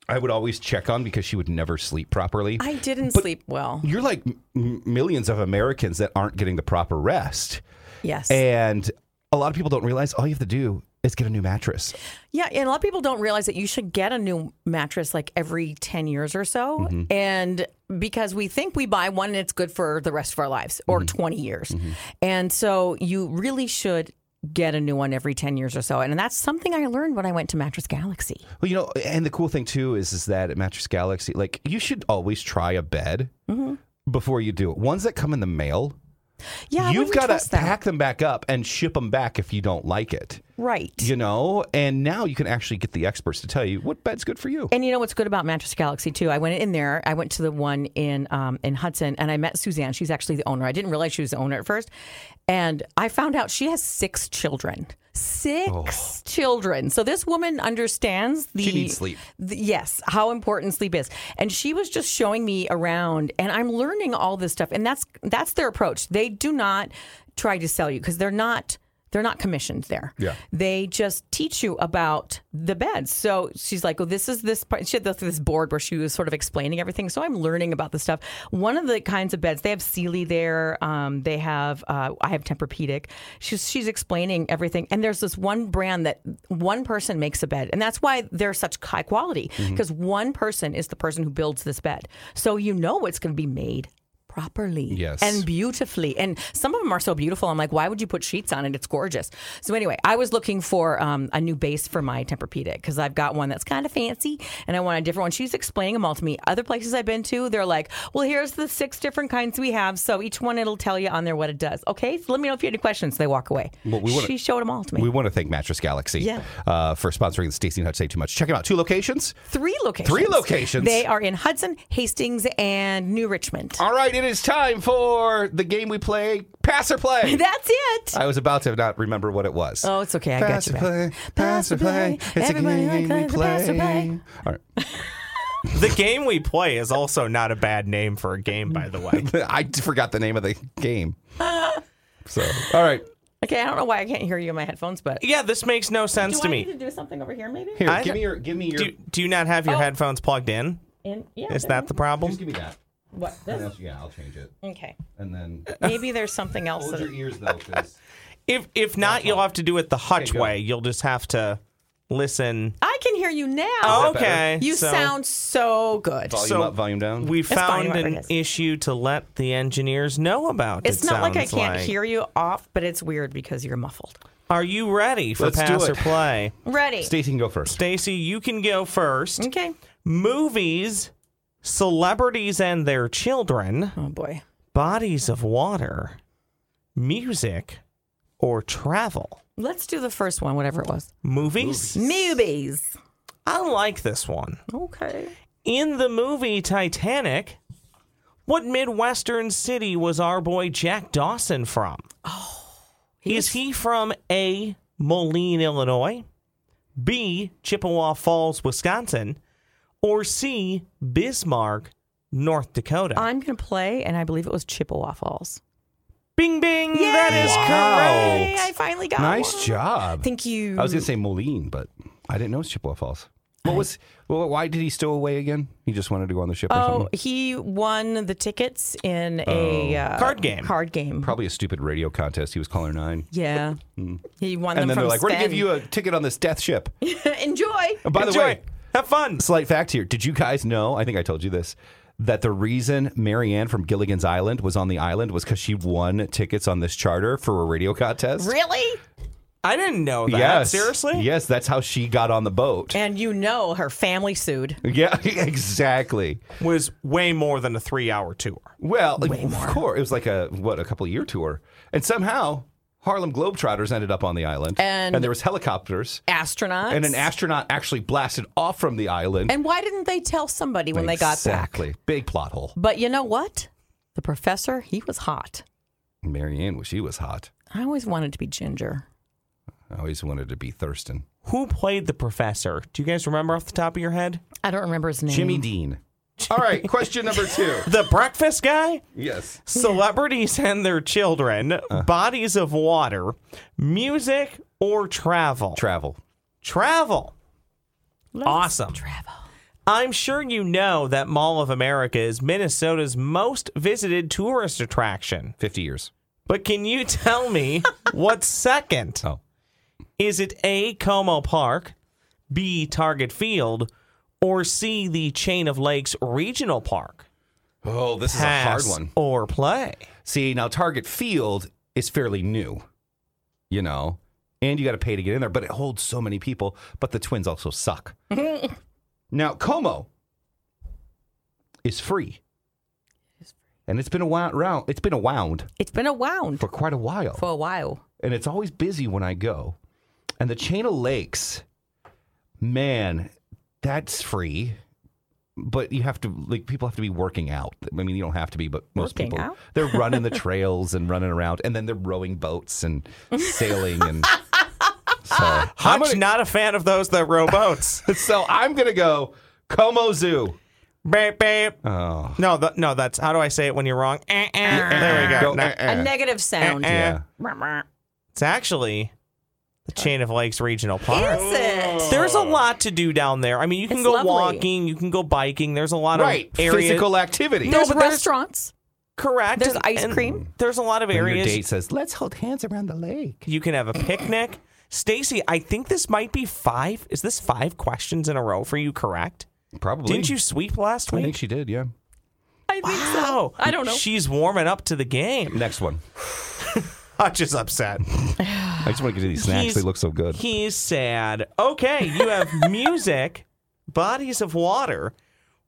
[SPEAKER 1] I would always check on because she would never sleep properly.
[SPEAKER 3] I didn't sleep well.
[SPEAKER 1] You're like m- millions of Americans that aren't getting the proper rest.
[SPEAKER 3] Yes.
[SPEAKER 1] And a lot of people don't realize all you have to do is get a new mattress.
[SPEAKER 3] Yeah, and a lot of people don't realize that you should get a new mattress like every 10 years or so.
[SPEAKER 1] Mm-hmm.
[SPEAKER 3] And because we think we buy one and it's good for the rest of our lives or
[SPEAKER 1] Mm-hmm.
[SPEAKER 3] 20 years. And so you really should get a new one every 10 years or so. And that's something I learned when I went to Mattress Galaxy.
[SPEAKER 1] Well, you know, and the cool thing too is is that at Mattress Galaxy, like you should always try a bed
[SPEAKER 3] Mm-hmm.
[SPEAKER 1] before you do it. Ones that come in the mail,
[SPEAKER 3] Yeah, I
[SPEAKER 1] you've
[SPEAKER 3] wouldn't
[SPEAKER 1] got to
[SPEAKER 3] trust that.
[SPEAKER 1] pack them back up and ship them back if you don't like it.
[SPEAKER 3] Right.
[SPEAKER 1] You know, and now you can actually get the experts to tell you what bed's good for you.
[SPEAKER 3] And you know what's good about Mattress Galaxy too? I went in there. I went to the one in um, in Hudson, and I met Suzanne. She's actually the owner. I didn't realize she was the owner at first, and I found out she has six children. Six children. So this woman understands the
[SPEAKER 1] Oh. She needs sleep.
[SPEAKER 3] the- yes, how important sleep is. And she was just showing me around and I'm learning all this stuff and that's that's their approach. They do not try to sell you because they're not they're not commissioned there.
[SPEAKER 1] Yeah.
[SPEAKER 3] They just teach you about the beds. So she's like, "Oh, this is this part." She had this- this board where she was sort of explaining everything. So I'm learning about the stuff. One of the kinds of beds they have Sealy there. Um, they have uh, I have Tempur-Pedic. She's she's explaining everything. And there's this one brand that one person makes a bed, and that's why they're such high quality because one person is the person who builds this bed. So you know it's going to be made properly
[SPEAKER 1] Yes.
[SPEAKER 3] and beautifully. And some of them are so beautiful. I'm like, why would you put sheets on it? It's gorgeous. So anyway, I was looking for um, a new base for my Tempur-Pedic because I've got one that's kind of fancy, and I want a different one. She's explaining them all to me. Other places I've been to, they're like, well, here's the six different kinds we have. So each one it'll tell you on there what it does. Okay, so let me know if you have any questions. They walk away.
[SPEAKER 1] Well, we wanna-
[SPEAKER 3] she showed them all to me.
[SPEAKER 1] We want to thank Mattress Galaxy
[SPEAKER 3] Yeah.
[SPEAKER 1] uh, for sponsoring the Stacy and Hutch Say Too Much. Check them out. Two locations.
[SPEAKER 3] Three locations.
[SPEAKER 1] Three locations.
[SPEAKER 3] They are in Hudson, Hastings, and New Richmond.
[SPEAKER 1] All right, it is time for the game we play, Pass or Play.
[SPEAKER 3] That's it.
[SPEAKER 1] I was about to not remember what it was.
[SPEAKER 3] Oh, it's okay. I got
[SPEAKER 1] pass or
[SPEAKER 3] you. back.
[SPEAKER 1] play, pass or play. It's a
[SPEAKER 3] Everybody
[SPEAKER 1] game
[SPEAKER 3] like
[SPEAKER 1] we
[SPEAKER 3] the pass or
[SPEAKER 1] play.
[SPEAKER 3] play.
[SPEAKER 1] All right.
[SPEAKER 4] The game we play is also not a bad name for a game, by the way.
[SPEAKER 1] I forgot the name of the game. So, all right.
[SPEAKER 3] Okay, I don't know why I can't hear you in my headphones, but
[SPEAKER 4] Yeah, this makes no sense to
[SPEAKER 3] do I
[SPEAKER 4] me.
[SPEAKER 3] need to do something over here, maybe?
[SPEAKER 1] Here,
[SPEAKER 4] I-
[SPEAKER 1] give me your, give me your,
[SPEAKER 4] do, do you not
[SPEAKER 3] Oh.
[SPEAKER 4] have your headphones plugged in?
[SPEAKER 3] In, yeah,
[SPEAKER 4] Is
[SPEAKER 3] there
[SPEAKER 4] that the problem?
[SPEAKER 1] just give me that.
[SPEAKER 3] we go. what? This?
[SPEAKER 1] Unless- Yeah, I'll change it.
[SPEAKER 3] Okay,
[SPEAKER 1] And then
[SPEAKER 3] maybe there's something else.
[SPEAKER 1] hold your
[SPEAKER 3] That,
[SPEAKER 1] ears though, because
[SPEAKER 4] If if not, you'll have to do it the Hutch
[SPEAKER 1] go.
[SPEAKER 4] way. You'll just have to listen.
[SPEAKER 3] I can hear you now.
[SPEAKER 4] Okay,
[SPEAKER 3] you
[SPEAKER 4] so
[SPEAKER 3] sound so good.
[SPEAKER 1] volume
[SPEAKER 4] So,
[SPEAKER 1] up, volume down.
[SPEAKER 4] We
[SPEAKER 3] fine,
[SPEAKER 4] found
[SPEAKER 3] whatever
[SPEAKER 4] an
[SPEAKER 3] it is.
[SPEAKER 4] issue to let the engineers know about.
[SPEAKER 3] it's
[SPEAKER 4] it
[SPEAKER 3] not like I
[SPEAKER 4] sounds
[SPEAKER 3] can't
[SPEAKER 4] like.
[SPEAKER 3] hear you off, but it's weird because you're muffled.
[SPEAKER 4] Are you ready for
[SPEAKER 1] Let's do
[SPEAKER 4] pass
[SPEAKER 1] it.
[SPEAKER 4] or play?
[SPEAKER 3] Ready?
[SPEAKER 1] Stacy can go first.
[SPEAKER 4] Stacy, you can go first.
[SPEAKER 3] okay.
[SPEAKER 4] Movies, celebrities and their children,
[SPEAKER 3] Oh boy.
[SPEAKER 4] bodies of water, music, or travel.
[SPEAKER 3] Let's do the first one, whatever it was.
[SPEAKER 4] Movies?
[SPEAKER 3] Movies.
[SPEAKER 4] I like this one.
[SPEAKER 3] Okay.
[SPEAKER 4] In the movie Titanic, what Midwestern city was our boy Jack Dawson from? Oh, Is he from A. Moline, Illinois, B. Chippewa Falls, Wisconsin, or C. Bismarck, North Dakota?
[SPEAKER 3] I'm going to play, and I believe it was Chippewa Falls.
[SPEAKER 4] bing, bing. That is
[SPEAKER 1] Wow.
[SPEAKER 4] correct.
[SPEAKER 3] Yay, I finally got
[SPEAKER 1] Nice
[SPEAKER 3] one.
[SPEAKER 1] job.
[SPEAKER 3] Thank you.
[SPEAKER 1] I was gonna say Moline, but I didn't know it was Chippewa Falls. What was? Well, why did he stow away again? He just wanted to go on the ship or
[SPEAKER 3] Oh,
[SPEAKER 1] something. Oh.
[SPEAKER 3] he won the tickets in a uh,
[SPEAKER 4] Card game.
[SPEAKER 3] Card game.
[SPEAKER 1] Probably a stupid radio contest. He was caller nine,
[SPEAKER 3] yeah. He won them
[SPEAKER 1] Hmm. and then
[SPEAKER 3] from
[SPEAKER 1] they're like, "We're gonna give
[SPEAKER 3] Sven.
[SPEAKER 1] you a ticket on this death ship."
[SPEAKER 3] Enjoy.
[SPEAKER 1] And by the
[SPEAKER 4] Enjoy.
[SPEAKER 1] way,
[SPEAKER 4] have fun.
[SPEAKER 1] slight fact here: Did you guys know? I think I told you this. That the reason Marianne from Gilligan's Island was on the island was because she won tickets on this charter for a radio contest.
[SPEAKER 3] Really?
[SPEAKER 4] I didn't know that.
[SPEAKER 1] Yes.
[SPEAKER 4] Seriously?
[SPEAKER 1] Yes, that's how she got on the boat.
[SPEAKER 3] And you know her family sued.
[SPEAKER 1] yeah, exactly.
[SPEAKER 4] Was way more than a three hour tour.
[SPEAKER 1] Well, of course, it was like a what a couple of year tour, and somehow Harlem Globetrotters ended up on the island,
[SPEAKER 3] And-
[SPEAKER 1] there was helicopters,
[SPEAKER 3] Astronauts.
[SPEAKER 1] and an astronaut actually blasted off from the island.
[SPEAKER 3] And why didn't they tell somebody when they got back?
[SPEAKER 1] exactly big plot hole.
[SPEAKER 3] But you know what? The professor, he was hot.
[SPEAKER 1] Marianne, well, she was hot.
[SPEAKER 3] I always wanted to be Ginger.
[SPEAKER 1] I always wanted to be Thurston.
[SPEAKER 4] Who played the professor? Do you guys remember off the top of your head?
[SPEAKER 3] I don't remember his name.
[SPEAKER 1] Jimmy Dean. All right, question number two.
[SPEAKER 4] The breakfast guy?
[SPEAKER 1] Yes.
[SPEAKER 4] Celebrities and their children,
[SPEAKER 1] Uh.
[SPEAKER 4] bodies of water, music, or travel?
[SPEAKER 1] Travel.
[SPEAKER 4] travel.
[SPEAKER 3] Let's
[SPEAKER 4] awesome.
[SPEAKER 3] Travel.
[SPEAKER 4] I'm sure you know that Mall of America is Minnesota's most visited tourist attraction.
[SPEAKER 1] 50 years.
[SPEAKER 4] But can you tell me what's second?
[SPEAKER 1] Oh.
[SPEAKER 4] Is it A, Como Park, B, Target Field, or C, the Chain of Lakes Regional Park?
[SPEAKER 1] Oh, this
[SPEAKER 4] Pass
[SPEAKER 1] is a hard one.
[SPEAKER 4] Or play.
[SPEAKER 1] See, now Target Field is fairly new, you know, and you got to pay to get in there, but it holds so many people. But the twins also suck. now, Como is free. And it's been a wound, round, it's been a wound
[SPEAKER 3] It's been a wound
[SPEAKER 1] for quite a while.
[SPEAKER 3] for a while.
[SPEAKER 1] and it's always busy when I go. And the chain of lakes, man, that's free. But you have to like people have to be working out. I mean, you don't have to be, but most
[SPEAKER 3] Working
[SPEAKER 1] people
[SPEAKER 3] out?
[SPEAKER 1] they're running the trails and running around, and then they're rowing boats and sailing and. So, I'm
[SPEAKER 4] Hutch, not a fan of those that row boats.
[SPEAKER 1] gonna, so I'm gonna go Como Zoo.
[SPEAKER 4] bape, bape.
[SPEAKER 1] Oh.
[SPEAKER 4] No, th- no, that's how do I say it when you're wrong? Eh, eh. There we go.
[SPEAKER 1] Go,
[SPEAKER 4] No.
[SPEAKER 1] eh, eh.
[SPEAKER 3] A negative sound.
[SPEAKER 4] Eh,
[SPEAKER 1] Yeah.
[SPEAKER 4] It's actually the Chain of Lakes Regional Park.
[SPEAKER 3] Is it?
[SPEAKER 4] There's a lot to do down there. I mean, you can
[SPEAKER 3] Oh. It's
[SPEAKER 4] go
[SPEAKER 3] lovely.
[SPEAKER 4] walking, you can go biking. There's a lot
[SPEAKER 1] Right,
[SPEAKER 4] of areas.
[SPEAKER 1] physical activity.
[SPEAKER 3] There's
[SPEAKER 4] but there's-
[SPEAKER 3] restaurants.
[SPEAKER 4] correct.
[SPEAKER 3] There's
[SPEAKER 4] and-
[SPEAKER 3] ice
[SPEAKER 4] and
[SPEAKER 3] cream.
[SPEAKER 4] There's a lot of
[SPEAKER 1] When your
[SPEAKER 4] areas.
[SPEAKER 1] date says, "Let's hold hands around the lake."
[SPEAKER 4] You can have a picnic. Stacy, I think this might be five. Is this five questions in a row for you? Correct?
[SPEAKER 1] Probably.
[SPEAKER 4] Didn't you sweep last
[SPEAKER 1] I
[SPEAKER 4] week?
[SPEAKER 1] think she did. Yeah.
[SPEAKER 3] I think
[SPEAKER 4] Oh,
[SPEAKER 3] I don't know.
[SPEAKER 4] She's warming up to the game.
[SPEAKER 1] Next one.
[SPEAKER 4] Hutch is upset.
[SPEAKER 1] I just want to get to these snacks.
[SPEAKER 4] He's-
[SPEAKER 1] they look so good.
[SPEAKER 4] He's sad. Okay, you have music, bodies of water,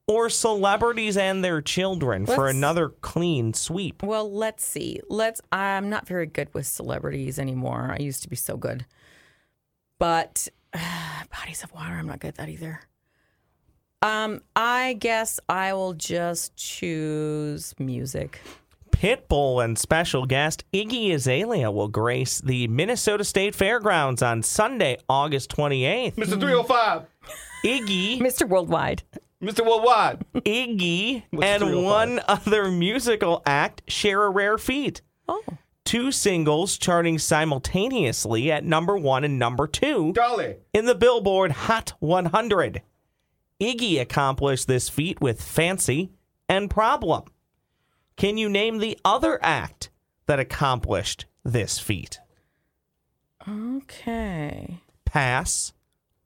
[SPEAKER 4] or celebrities and their children for
[SPEAKER 3] Let's-
[SPEAKER 4] another clean sweep.
[SPEAKER 3] Well, let's see. Let's. I'm not very good with celebrities anymore. I used to be so good, but bodies of water. I'm not good at that either. Um, I guess I will just choose music.
[SPEAKER 4] Pitbull and special guest Iggy Azalea will grace the Minnesota State Fairgrounds on Sunday, August 28th.
[SPEAKER 1] Mr. 305.
[SPEAKER 4] Iggy,
[SPEAKER 3] Mr. Worldwide.
[SPEAKER 1] Mr. Worldwide.
[SPEAKER 4] Iggy,
[SPEAKER 1] What's
[SPEAKER 4] and
[SPEAKER 1] 305?
[SPEAKER 4] one other musical act share a rare feat.
[SPEAKER 3] Oh,
[SPEAKER 4] Two singles charting simultaneously at number one and number two.
[SPEAKER 1] Dolly.
[SPEAKER 4] in the Billboard Hot 100. Iggy accomplished this feat with Fancy and Problem. Can you name the other act that accomplished this feat?
[SPEAKER 3] okay.
[SPEAKER 4] Pass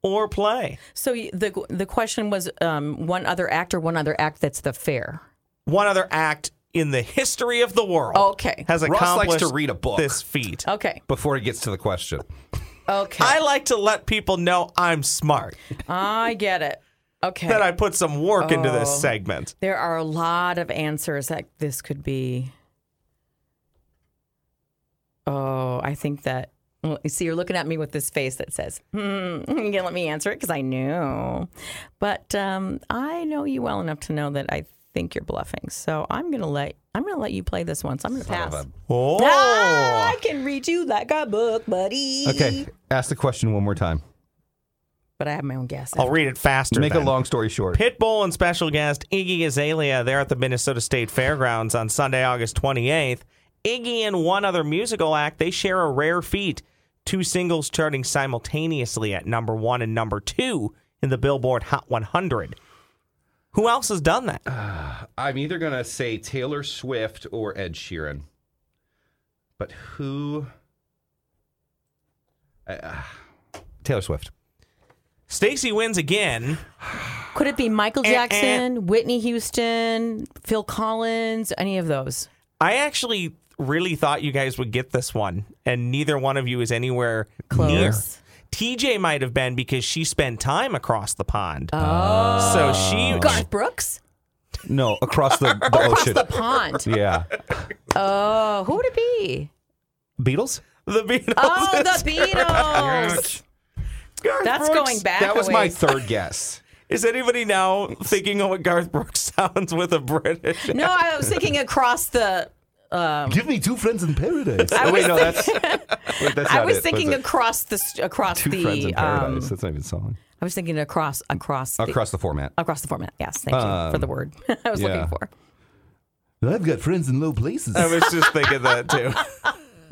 [SPEAKER 4] or play?
[SPEAKER 3] So y- the the question was um, one other act or one other act that's the fair.
[SPEAKER 4] One other act in the history of the world
[SPEAKER 3] Okay.
[SPEAKER 4] has
[SPEAKER 1] likes to
[SPEAKER 4] accomplished
[SPEAKER 1] read a book.
[SPEAKER 4] this feat.
[SPEAKER 3] Okay.
[SPEAKER 1] Before it gets to the question.
[SPEAKER 3] Okay.
[SPEAKER 4] I like to let people know I'm smart,
[SPEAKER 3] I get it. Okay.
[SPEAKER 4] that I put some work into this
[SPEAKER 3] Oh.
[SPEAKER 4] segment.
[SPEAKER 3] There are a lot of answers that this could be. Oh, I think that. well, you See, you're looking at me with this face that says, hmm, "You gonna let me answer it?" Because I knew, but um, I know you well enough to know that I think you're bluffing. So I'm gonna let I'm gonna let you play this one. So I'm gonna pass.
[SPEAKER 1] a-
[SPEAKER 4] Oh,
[SPEAKER 3] Ah, I can read you like a book, buddy.
[SPEAKER 1] Okay, ask the question one more time.
[SPEAKER 3] but I have my own guess.
[SPEAKER 4] I'll read it faster.
[SPEAKER 1] Make a
[SPEAKER 4] then.
[SPEAKER 1] long story short.
[SPEAKER 4] Pitbull and special guest Iggy Azalea there at the Minnesota State Fairgrounds on Sunday, August 28th. Iggy and one other musical act, they share a rare feat. Two singles charting simultaneously at number one and number two in the Billboard Hot 100. Who else has done that?
[SPEAKER 1] I'm either gonna say Taylor Swift or Ed Sheeran, but who? Uh, Taylor Swift.
[SPEAKER 4] Stacy wins again.
[SPEAKER 3] Could it be Michael
[SPEAKER 4] Eh, eh.
[SPEAKER 3] Jackson, Whitney Houston, Phil Collins, any of those?
[SPEAKER 4] I actually really thought you guys would get this one, and neither one of you is anywhere near.
[SPEAKER 3] Close.
[SPEAKER 4] TJ might have been because she spent time across the pond. Oh. So she
[SPEAKER 3] Garth Brooks?
[SPEAKER 1] No, across the, the
[SPEAKER 3] Across
[SPEAKER 1] ocean.
[SPEAKER 3] the pond.
[SPEAKER 1] yeah,
[SPEAKER 3] Oh, who would it be?
[SPEAKER 1] Beatles.
[SPEAKER 4] The Beatles.
[SPEAKER 3] Oh, the Beatles.
[SPEAKER 4] Garth
[SPEAKER 3] That's
[SPEAKER 4] Brooks.
[SPEAKER 3] going back.
[SPEAKER 1] that
[SPEAKER 3] a
[SPEAKER 1] was my
[SPEAKER 3] ways.
[SPEAKER 1] third guess.
[SPEAKER 4] Is anybody now thinking of what Garth Brooks sounds with a British?
[SPEAKER 3] No, I was thinking across the. Um,
[SPEAKER 1] Give me two friends in paradise. Oh, wait, no, that's, wait, that's
[SPEAKER 3] I
[SPEAKER 1] not
[SPEAKER 3] was
[SPEAKER 1] it.
[SPEAKER 3] thinking
[SPEAKER 1] What's it?
[SPEAKER 3] across the st- across
[SPEAKER 1] two friends in
[SPEAKER 3] the.
[SPEAKER 1] paradise.
[SPEAKER 3] Um,
[SPEAKER 1] that's not even a song.
[SPEAKER 3] I was thinking across across the,
[SPEAKER 1] Across the format.
[SPEAKER 3] across the format. Yes, thank you for the word I was
[SPEAKER 1] yeah.
[SPEAKER 3] looking for.
[SPEAKER 1] I've got friends in low places.
[SPEAKER 4] I was just thinking that too.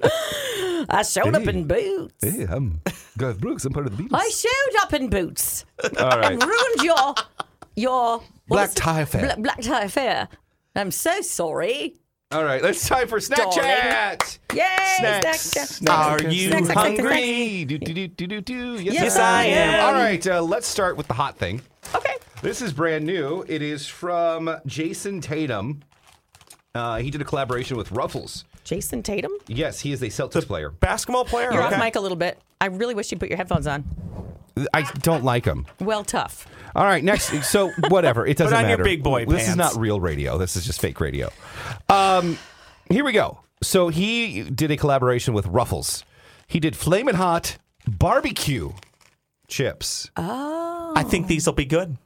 [SPEAKER 3] I showed up in boots.
[SPEAKER 1] Hey, I'm Garth Brooks. I'm part of the Beatles.
[SPEAKER 3] I showed up in boots.
[SPEAKER 1] All right.
[SPEAKER 3] ruined your your
[SPEAKER 1] Black
[SPEAKER 3] what's-
[SPEAKER 1] tie affair.
[SPEAKER 3] Bla- black tie affair. I'm so sorry.
[SPEAKER 1] All right. Let's time for snack
[SPEAKER 3] Darling.
[SPEAKER 1] chat.
[SPEAKER 3] Yay!
[SPEAKER 1] Snacks.
[SPEAKER 3] Snack-
[SPEAKER 4] Are
[SPEAKER 1] Snacks.
[SPEAKER 4] you
[SPEAKER 3] Snack, snack, snack,
[SPEAKER 4] hungry?
[SPEAKER 1] Do, do, do, do, do, do. Yes,
[SPEAKER 3] Yes,
[SPEAKER 4] I am.
[SPEAKER 1] All right. Uh, let's start with the hot thing.
[SPEAKER 3] Okay.
[SPEAKER 1] This is brand new. It is from Jason Tatum. Uh, he did a collaboration with Ruffles.
[SPEAKER 3] Jason Tatum,
[SPEAKER 1] Yes, he is a Celtics player.
[SPEAKER 4] Basketball player.
[SPEAKER 3] you're
[SPEAKER 4] okay.
[SPEAKER 3] off mic a little bit. I really wish you put your headphones on.
[SPEAKER 1] I don't like him.
[SPEAKER 3] Well, tough.
[SPEAKER 1] All right, next. So whatever, it doesn't
[SPEAKER 4] on your
[SPEAKER 1] matter.
[SPEAKER 4] big boy
[SPEAKER 1] This is
[SPEAKER 4] pants.
[SPEAKER 1] not real radio. This is just fake radio. Um, here we go. So he did a collaboration with Ruffles. He did Flamin' Hot barbecue chips.
[SPEAKER 4] I think these will be good.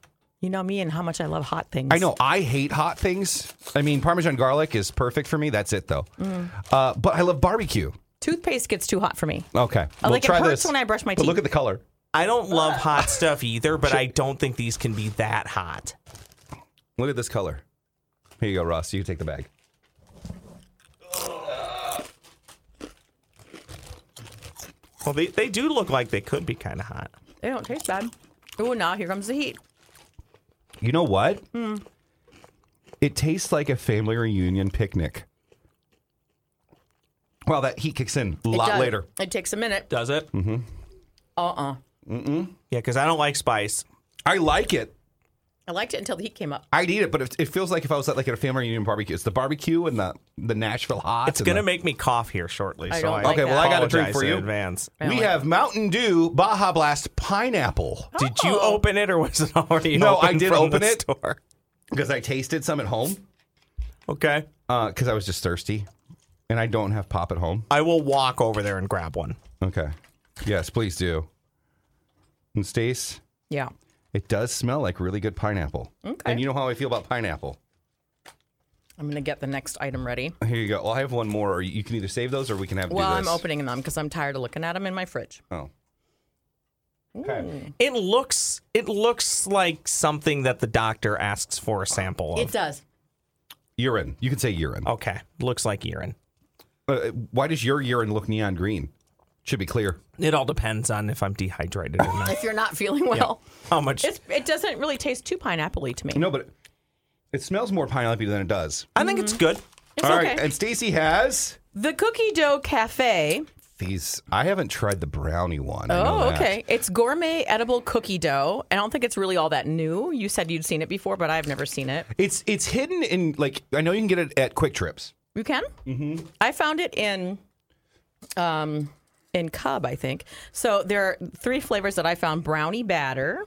[SPEAKER 3] You know me and how much I love hot things.
[SPEAKER 1] I know I hate hot things. I mean, Parmesan garlic is perfect for me. That's it though.
[SPEAKER 3] Mm.
[SPEAKER 1] Uh, but I love barbecue.
[SPEAKER 3] Toothpaste gets too hot for me.
[SPEAKER 1] Okay,
[SPEAKER 3] Oh,
[SPEAKER 1] we'll
[SPEAKER 3] like, it
[SPEAKER 1] try
[SPEAKER 3] hurts
[SPEAKER 1] this.
[SPEAKER 3] when I brush my
[SPEAKER 1] But look at
[SPEAKER 3] teeth.
[SPEAKER 1] the color.
[SPEAKER 4] I don't love hot stuff either, but I don't think these can be that hot.
[SPEAKER 1] Look at this color. Here you go, Ross. You can take the bag.
[SPEAKER 4] Well, they, they do look like they could be kind of hot.
[SPEAKER 3] They don't taste bad. Oh, now here comes the heat.
[SPEAKER 1] You know what?
[SPEAKER 3] Hmm.
[SPEAKER 1] It tastes like a family reunion picnic. Wow, that heat kicks in a
[SPEAKER 3] It
[SPEAKER 1] lot
[SPEAKER 3] does-
[SPEAKER 1] later.
[SPEAKER 3] It takes a minute.
[SPEAKER 4] Does it? Yeah,
[SPEAKER 3] Uh uh
[SPEAKER 4] because Mm-hmm. I don't like spice.
[SPEAKER 1] I like it.
[SPEAKER 3] I liked it until the heat came up.
[SPEAKER 1] I'd eat it, but it, it feels like if I was at like at a family reunion barbecue. It's the barbecue and the the Nashville hot.
[SPEAKER 4] It's gonna make me cough here shortly.
[SPEAKER 3] I
[SPEAKER 4] so
[SPEAKER 3] don't
[SPEAKER 4] I
[SPEAKER 3] like Okay, well,
[SPEAKER 1] I got a drink
[SPEAKER 4] apologize
[SPEAKER 1] for you.
[SPEAKER 4] in advance.
[SPEAKER 1] We have Mountain Dew Baja Blast pineapple
[SPEAKER 4] Did you open it or was it already?
[SPEAKER 1] No,
[SPEAKER 4] open
[SPEAKER 1] I did
[SPEAKER 4] from
[SPEAKER 1] open
[SPEAKER 4] the
[SPEAKER 1] it.
[SPEAKER 4] Store?
[SPEAKER 1] because I tasted some at home
[SPEAKER 4] Okay,
[SPEAKER 1] because I was just thirsty, and I don't have pop at home.
[SPEAKER 4] I will walk over there and grab one.
[SPEAKER 1] Okay, yes, please do. And Stace,
[SPEAKER 3] Yeah.
[SPEAKER 1] it does smell like really good pineapple. Okay, and you know how I feel about pineapple.
[SPEAKER 3] I'm going to get the next item ready.
[SPEAKER 1] Here you go. Well, I have one more. Or you can either save those, or we can have.
[SPEAKER 3] Well,
[SPEAKER 1] do
[SPEAKER 3] I'm
[SPEAKER 1] this.
[SPEAKER 3] opening them because I'm tired of looking at them in my fridge.
[SPEAKER 1] Oh. Okay.
[SPEAKER 4] It looks it looks like something that the doctor asks for a sample of.
[SPEAKER 3] It does.
[SPEAKER 1] Urine. You can say urine.
[SPEAKER 3] Oh.
[SPEAKER 4] okay, looks like urine.
[SPEAKER 1] Uh, why does your urine look neon green? Should be clear.
[SPEAKER 4] It all depends on if I'm dehydrated or not.
[SPEAKER 3] If you're not feeling well.
[SPEAKER 4] How much?
[SPEAKER 3] It's, it doesn't really taste too pineapple to me.
[SPEAKER 1] No, but it smells more pineapple than it does.
[SPEAKER 4] I think it's good.
[SPEAKER 3] It's
[SPEAKER 1] All right.
[SPEAKER 3] okay.
[SPEAKER 1] And Stacy has
[SPEAKER 3] The Cookie Dough Cafe.
[SPEAKER 1] these. I haven't tried the brownie one. I know
[SPEAKER 3] Oh,
[SPEAKER 1] that.
[SPEAKER 3] okay. It's gourmet edible cookie dough. I don't think it's really all that new. You said you'd seen it before, but I've never seen it.
[SPEAKER 1] It's it's hidden in like I know you can get it at Quick Trips.
[SPEAKER 3] You can? Mm-hmm. I found it in um in Cub, I think. So there are three flavors that I found brownie batter.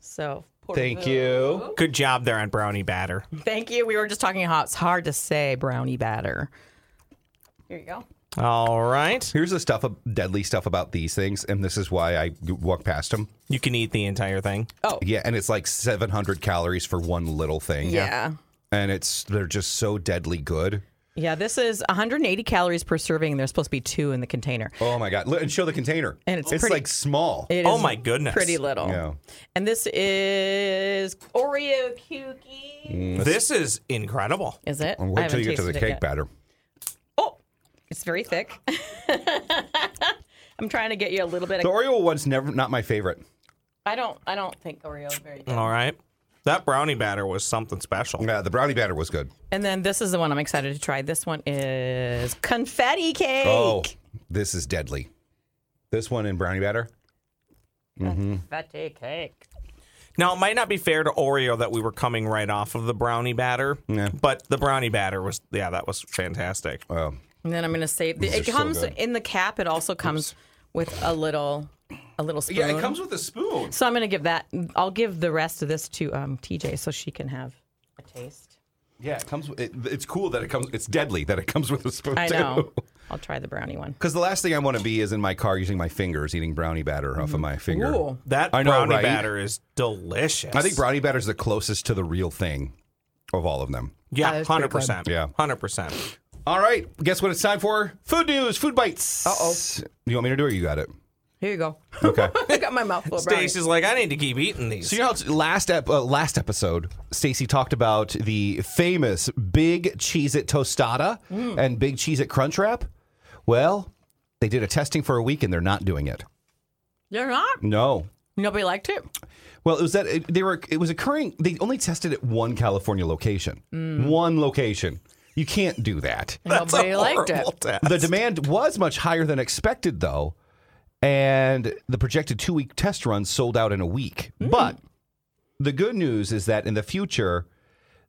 [SPEAKER 3] So poor-
[SPEAKER 1] Thank you.
[SPEAKER 3] Oh.
[SPEAKER 4] Good job there on brownie batter.
[SPEAKER 3] thank you. We were just talking how it's hard to say brownie batter. Here you go.
[SPEAKER 4] All right.
[SPEAKER 1] Here's the stuff, uh, deadly stuff about these things, and this is why I walk past them.
[SPEAKER 4] You can eat the entire thing.
[SPEAKER 3] Oh,
[SPEAKER 1] Yeah, and it's like 700 calories for one little thing.
[SPEAKER 3] yeah.
[SPEAKER 1] and it's they're just so deadly good.
[SPEAKER 3] Yeah, this is 180 calories per serving, and there's supposed to be two in the container.
[SPEAKER 1] Oh my god! Look, And show the container.
[SPEAKER 3] And it's
[SPEAKER 1] it's
[SPEAKER 3] pretty-
[SPEAKER 1] like small.
[SPEAKER 3] It
[SPEAKER 4] Oh
[SPEAKER 3] is
[SPEAKER 4] my goodness.
[SPEAKER 3] pretty little.
[SPEAKER 1] Yeah.
[SPEAKER 3] And this is Oreo cookie.
[SPEAKER 4] This is incredible.
[SPEAKER 3] Is it? I
[SPEAKER 1] Mm. Wait till
[SPEAKER 3] haven't
[SPEAKER 1] you get to the
[SPEAKER 3] tasted it
[SPEAKER 1] cake
[SPEAKER 3] yet.
[SPEAKER 1] batter.
[SPEAKER 3] Oh, it's very thick. I'm trying to get you a little bit.
[SPEAKER 1] The
[SPEAKER 3] Of,
[SPEAKER 1] Oreo one's never not my favorite.
[SPEAKER 3] I don't. I don't think Oreo is very good.
[SPEAKER 4] All right. That brownie batter was something special.
[SPEAKER 1] Yeah, Uh, the brownie batter was good.
[SPEAKER 3] And then this is the one I'm excited to try. This one is confetti cake.
[SPEAKER 1] Oh, this is deadly. This one in brownie batter.
[SPEAKER 3] confetti cake.
[SPEAKER 4] Now, it might not be fair to Oreo that we were coming right off of the brownie batter,
[SPEAKER 1] Yeah.
[SPEAKER 4] but the brownie batter was, yeah, that was fantastic.
[SPEAKER 1] Oh,
[SPEAKER 3] And then I'm gonna save. The, it
[SPEAKER 1] These are so
[SPEAKER 3] comes
[SPEAKER 1] good.
[SPEAKER 3] in the cap. It also comes with a little, a little spoon.
[SPEAKER 1] yeah, it comes with a spoon.
[SPEAKER 3] So I'm gonna give that. I'll give the rest of this to um, TJ so she can have a taste.
[SPEAKER 1] Yeah, it comes. with- It, it's cool that it comes. It's deadly that it comes with a spoon
[SPEAKER 3] I know.
[SPEAKER 1] too.
[SPEAKER 3] I'll try the brownie one.
[SPEAKER 1] Because the last thing I want to be is in my car using my fingers eating brownie batter off of my finger.
[SPEAKER 3] Ooh.
[SPEAKER 4] That
[SPEAKER 1] I know,
[SPEAKER 4] brownie
[SPEAKER 1] right?
[SPEAKER 4] batter is delicious.
[SPEAKER 1] I think brownie batter is the closest to the real thing of all of them.
[SPEAKER 4] Yeah,
[SPEAKER 3] That is pretty
[SPEAKER 4] hundred
[SPEAKER 3] good.
[SPEAKER 4] percent.
[SPEAKER 1] Yeah.
[SPEAKER 4] hundred percent.
[SPEAKER 1] All right, guess what it's time for? Food news, food bites. Uh oh. You want me to do it? Or you got it.
[SPEAKER 3] Here you go.
[SPEAKER 1] Okay.
[SPEAKER 3] I got my mouth full of brownies.
[SPEAKER 4] Stacy's like, I need to keep eating these.
[SPEAKER 1] So you know, how it's- last ep- uh, last episode, Stacy talked about the famous Big Cheese It Tostada and Big Cheese It Crunch Wrap. Well, they did a testing for a week and they're not doing it.
[SPEAKER 3] They're not.
[SPEAKER 1] No.
[SPEAKER 3] Nobody liked it.
[SPEAKER 1] Well, it was that it, they were. It was occurring. They only tested at one California location. One location. You can't do that.
[SPEAKER 3] Nobody liked it.
[SPEAKER 1] The demand was much higher than expected, though, and the projected two week test run sold out in a week. But the good news is that in the future,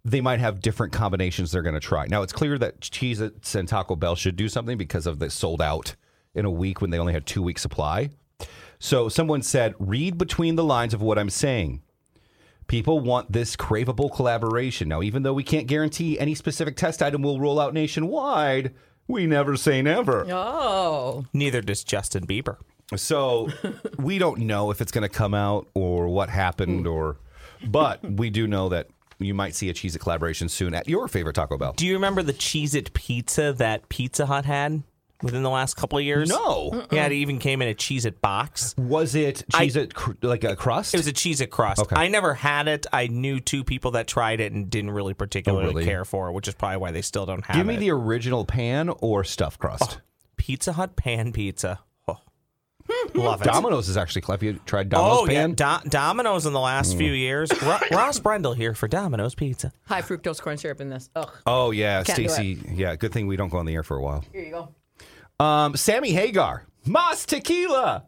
[SPEAKER 1] they might have different combinations they're going to try. Now, it's clear that Cheez Its and Taco Bell should do something because of the sold out in a week when they only had two weeks supply. So someone said, read between the lines of what I'm saying. People want this craveable collaboration. Now, even though we can't guarantee any specific test item will roll out nationwide, we never say never.
[SPEAKER 3] Oh,
[SPEAKER 4] Neither does Justin Bieber.
[SPEAKER 1] So we don't know if it's going to come out or what happened
[SPEAKER 4] Hmm.
[SPEAKER 1] or, but we do know that you might see a cheese It collaboration soon at your favorite Taco Bell.
[SPEAKER 4] Do you remember the Cheez It pizza that Pizza Hut had within the last couple of years?
[SPEAKER 1] No.
[SPEAKER 4] Yeah, it even came in a Cheez It box.
[SPEAKER 1] Was it cheese It cr- like a crust?
[SPEAKER 4] It was a Cheez It crust. I never had it. I knew two people that tried it and didn't Oh, really particularly
[SPEAKER 1] really?
[SPEAKER 4] care for it, which is probably why they still don't have
[SPEAKER 1] Give me
[SPEAKER 4] it.
[SPEAKER 1] the original pan or stuffed crust.
[SPEAKER 4] Pizza Hut pan pizza. Oh. Love it.
[SPEAKER 1] Domino's is actually clever. Have you tried Domino's
[SPEAKER 4] Oh
[SPEAKER 1] pan? Mm.
[SPEAKER 4] yeah, Do- Domino's in the last few years. Ro- Ross Brendel here for Domino's Pizza.
[SPEAKER 3] high fructose corn syrup in this. Ugh.
[SPEAKER 1] oh yeah,
[SPEAKER 3] Can't do it.
[SPEAKER 1] Stacy. Yeah, good thing we don't go on the air for a while.
[SPEAKER 3] Here you go.
[SPEAKER 1] Um, Sammy Hagar, Mas Tequila,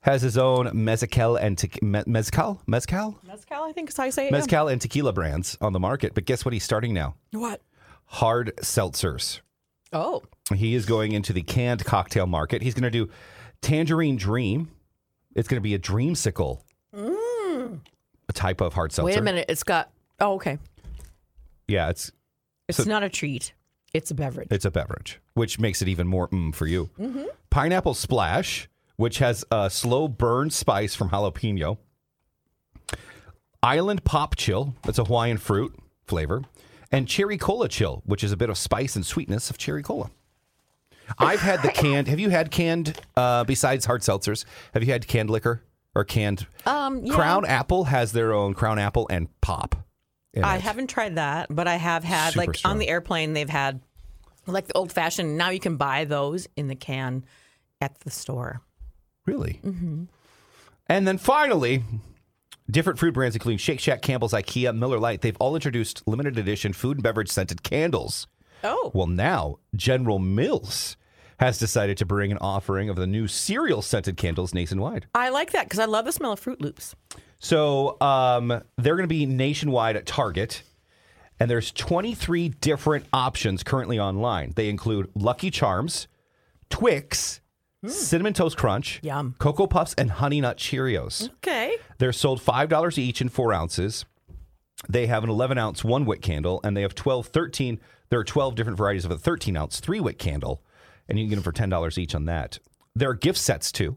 [SPEAKER 1] has his own mezcal and te- me- mezcal, mezcal,
[SPEAKER 3] Mezcal, I think is how you say it. yeah.
[SPEAKER 1] mezcal and tequila brands on the market. But guess what? He's starting now.
[SPEAKER 3] What?
[SPEAKER 1] Hard seltzers.
[SPEAKER 3] Oh,
[SPEAKER 1] He is going into the canned cocktail market. He's going to do Tangerine Dream. It's going to be a dreamsicle, a type of hard seltzer.
[SPEAKER 3] Mm. wait a minute. It's got. Oh, okay.
[SPEAKER 1] Yeah, it's
[SPEAKER 3] It's not a treat. It's a beverage.
[SPEAKER 1] It's a beverage, which makes it even more mm for you.
[SPEAKER 3] Mm-hmm.
[SPEAKER 1] Pineapple splash, which has a slow burn spice from jalapeno. Island pop chill, that's a Hawaiian fruit flavor, and cherry cola chill, which is a bit of spice and sweetness of cherry cola. I've had the canned. Have you had canned? Uh, besides hard seltzers, have you had canned liquor or canned?
[SPEAKER 3] Um, yeah.
[SPEAKER 1] Crown Apple has their own Crown Apple and pop. in
[SPEAKER 3] I
[SPEAKER 1] it.
[SPEAKER 3] haven't tried that, but I have had
[SPEAKER 1] Super
[SPEAKER 3] like
[SPEAKER 1] strong.
[SPEAKER 3] on the airplane they've had like the old fashioned. Now you can buy those in the can at the store.
[SPEAKER 1] Really?
[SPEAKER 3] Mm-hmm.
[SPEAKER 1] And then finally, different food brands, including Shake Shack, Campbell's, IKEA, Miller Lite, they've all introduced limited edition food and beverage scented candles.
[SPEAKER 3] Oh,
[SPEAKER 1] Well, now General Mills has decided to bring an offering of the new cereal scented candles nationwide.
[SPEAKER 3] I like that because I love the smell of Fruit Loops.
[SPEAKER 1] So um, they're going to be nationwide at Target. And there's 23 different options currently online. They include Lucky Charms, Twix, Cinnamon Toast Crunch,
[SPEAKER 3] Mm. Yum.
[SPEAKER 1] Cocoa Puffs, and Honey Nut Cheerios.
[SPEAKER 3] Okay,
[SPEAKER 1] They're sold five dollars each in four ounces. They have an 11 ounce one wick candle, and they have 12, 13. There are 12 different varieties of a 13 ounce three wick candle, and you can get them for ten dollars each on that. There are gift sets too,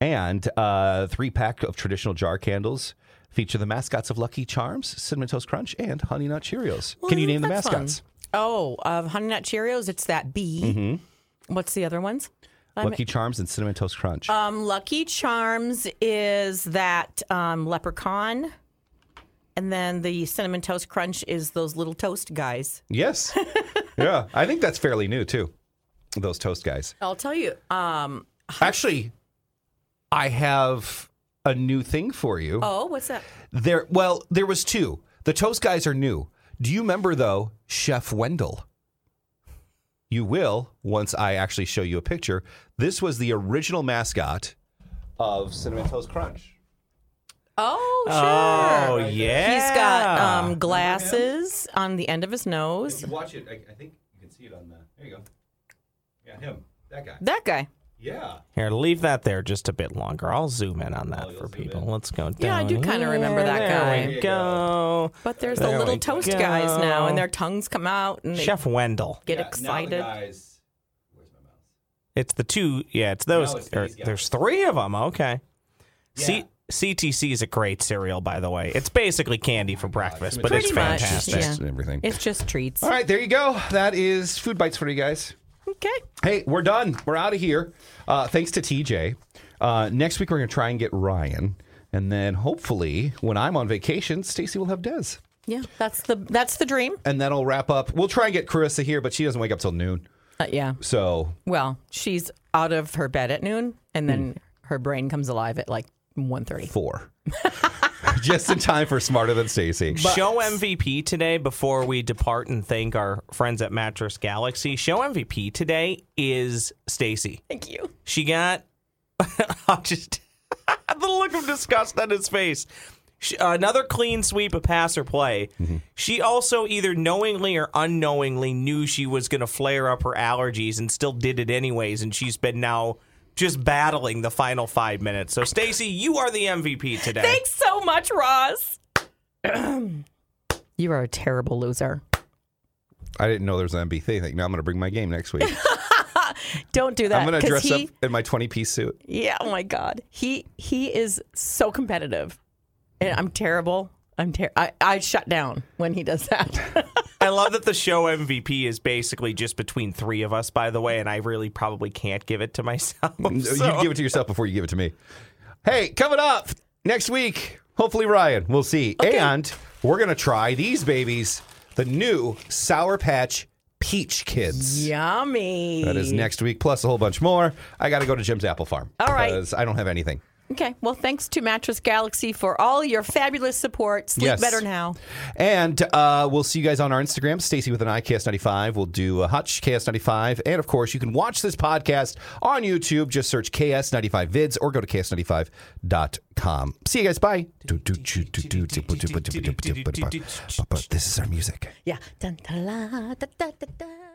[SPEAKER 1] and uh, three pack of traditional jar candles feature the mascots of Lucky Charms, Cinnamon Toast Crunch, and Honey Nut Cheerios. can you name the
[SPEAKER 3] that's
[SPEAKER 1] mascots?
[SPEAKER 3] Oh, of Honey Nut Cheerios, it's that bee.
[SPEAKER 1] Mm-hmm.
[SPEAKER 3] What's the other ones?
[SPEAKER 1] Lucky Charms and Cinnamon Toast Crunch.
[SPEAKER 3] Um, Lucky Charms is that um, leprechaun. And then the Cinnamon Toast Crunch is those little toast guys.
[SPEAKER 1] yes, yeah, I think that's fairly new too. Those toast guys.
[SPEAKER 3] I'll tell you. Um,
[SPEAKER 1] Actually, I have a new thing for you.
[SPEAKER 3] oh, what's that?
[SPEAKER 1] There, well, there was two. The Toast guys are new. Do you remember though, Chef Wendell? You will once I actually show you a picture. This was the original mascot of Cinnamon Toast Crunch.
[SPEAKER 3] Oh, sure.
[SPEAKER 4] Oh yeah.
[SPEAKER 3] He's got um, glasses on the end of his
[SPEAKER 1] If
[SPEAKER 3] nose.
[SPEAKER 1] you watch it, I, I think you can see it on the. There you go. Yeah, him, that guy.
[SPEAKER 3] That guy.
[SPEAKER 1] Yeah.
[SPEAKER 4] Here, leave that there just a bit longer. I'll zoom in on
[SPEAKER 3] Oh,
[SPEAKER 4] that for people. Let's go down.
[SPEAKER 3] Yeah, I do kinda remember
[SPEAKER 4] here.
[SPEAKER 3] that
[SPEAKER 4] There
[SPEAKER 1] guy.
[SPEAKER 4] we go.
[SPEAKER 3] But there's
[SPEAKER 4] There
[SPEAKER 3] the
[SPEAKER 4] we
[SPEAKER 3] little toast guys now, and
[SPEAKER 4] go.
[SPEAKER 3] their tongues come out and they
[SPEAKER 4] Chef Wendell.
[SPEAKER 3] get excited.
[SPEAKER 1] guys, where's my mouse?
[SPEAKER 4] It's the two. Yeah, it's those.
[SPEAKER 1] No, it's
[SPEAKER 4] or-
[SPEAKER 1] these guys.
[SPEAKER 4] there's three of them. Okay.
[SPEAKER 1] Yeah.
[SPEAKER 4] C- CTC is a great cereal, by the way. It's basically candy for breakfast, but
[SPEAKER 3] Oh Pretty
[SPEAKER 4] it's
[SPEAKER 3] much,
[SPEAKER 4] fantastic.
[SPEAKER 3] yeah.
[SPEAKER 1] and everything.
[SPEAKER 3] It's just treats.
[SPEAKER 1] All right, there you go. That is food bites for you guys.
[SPEAKER 3] Okay.
[SPEAKER 1] Hey, we're done. We're out of here. Uh, thanks to TJ. Uh, next week, we're going to try and get Ryan. And then hopefully, when I'm on vacation, Stacy will have Dez.
[SPEAKER 3] Yeah, that's the that's the dream.
[SPEAKER 1] And that'll wrap up. We'll try and get Carissa here, but she doesn't wake up till noon.
[SPEAKER 3] Uh, yeah.
[SPEAKER 1] So,
[SPEAKER 3] Well, she's out of her bed at noon, and then her brain comes alive at like 1.30.
[SPEAKER 1] four. Just in time for Smarter Than Stacy.
[SPEAKER 4] Show MVP today before we depart and thank our friends at Mattress Galaxy. Show MVP today is Stacy.
[SPEAKER 3] Thank you.
[SPEAKER 4] She got I'll just the look of disgust on his face. She, another clean sweep of pass or play. She also either knowingly or unknowingly knew she was going to flare up her allergies and still did it anyways. And she's been now just battling the final five minutes. So Stacy, you are the MVP today.
[SPEAKER 3] Thanks so much, Ross. you are a terrible loser.
[SPEAKER 1] I didn't know there was an MB thing. Now I'm going to bring my game next week.
[SPEAKER 3] Don't do that.
[SPEAKER 1] I'm going to dress
[SPEAKER 3] 'cause he,
[SPEAKER 1] up in my 20 piece suit.
[SPEAKER 3] Yeah. Oh my God. He he is so competitive, and I'm terrible. I'm ter- I, I shut down when he does that.
[SPEAKER 4] I love that the show MVP is basically just between three of us, by the way, and I really probably can't give it to myself. so-
[SPEAKER 1] You give it to yourself before you give it to me. Hey, coming up next week, hopefully Ryan. We'll see. And we're gonna try these babies, the new Sour Patch Peach Kids.
[SPEAKER 3] Yummy.
[SPEAKER 1] That is next week, plus a whole bunch more. I got to go to Jim's Apple Farm.
[SPEAKER 3] All right.
[SPEAKER 1] Because I don't have anything.
[SPEAKER 3] Okay. Well, thanks to Mattress Galaxy for all your fabulous support. Sleep
[SPEAKER 1] Yes.
[SPEAKER 3] better now.
[SPEAKER 1] And uh, we'll see you guys on our Instagram, Stacy with an I, KS95. We'll do a Hutch, KS95. And of course, you can watch this podcast on YouTube. Just search KS95 vids or go to KS95.com. See you guys. Bye. This is our music.
[SPEAKER 3] Yeah. Dun, da, la, da, da, da, da.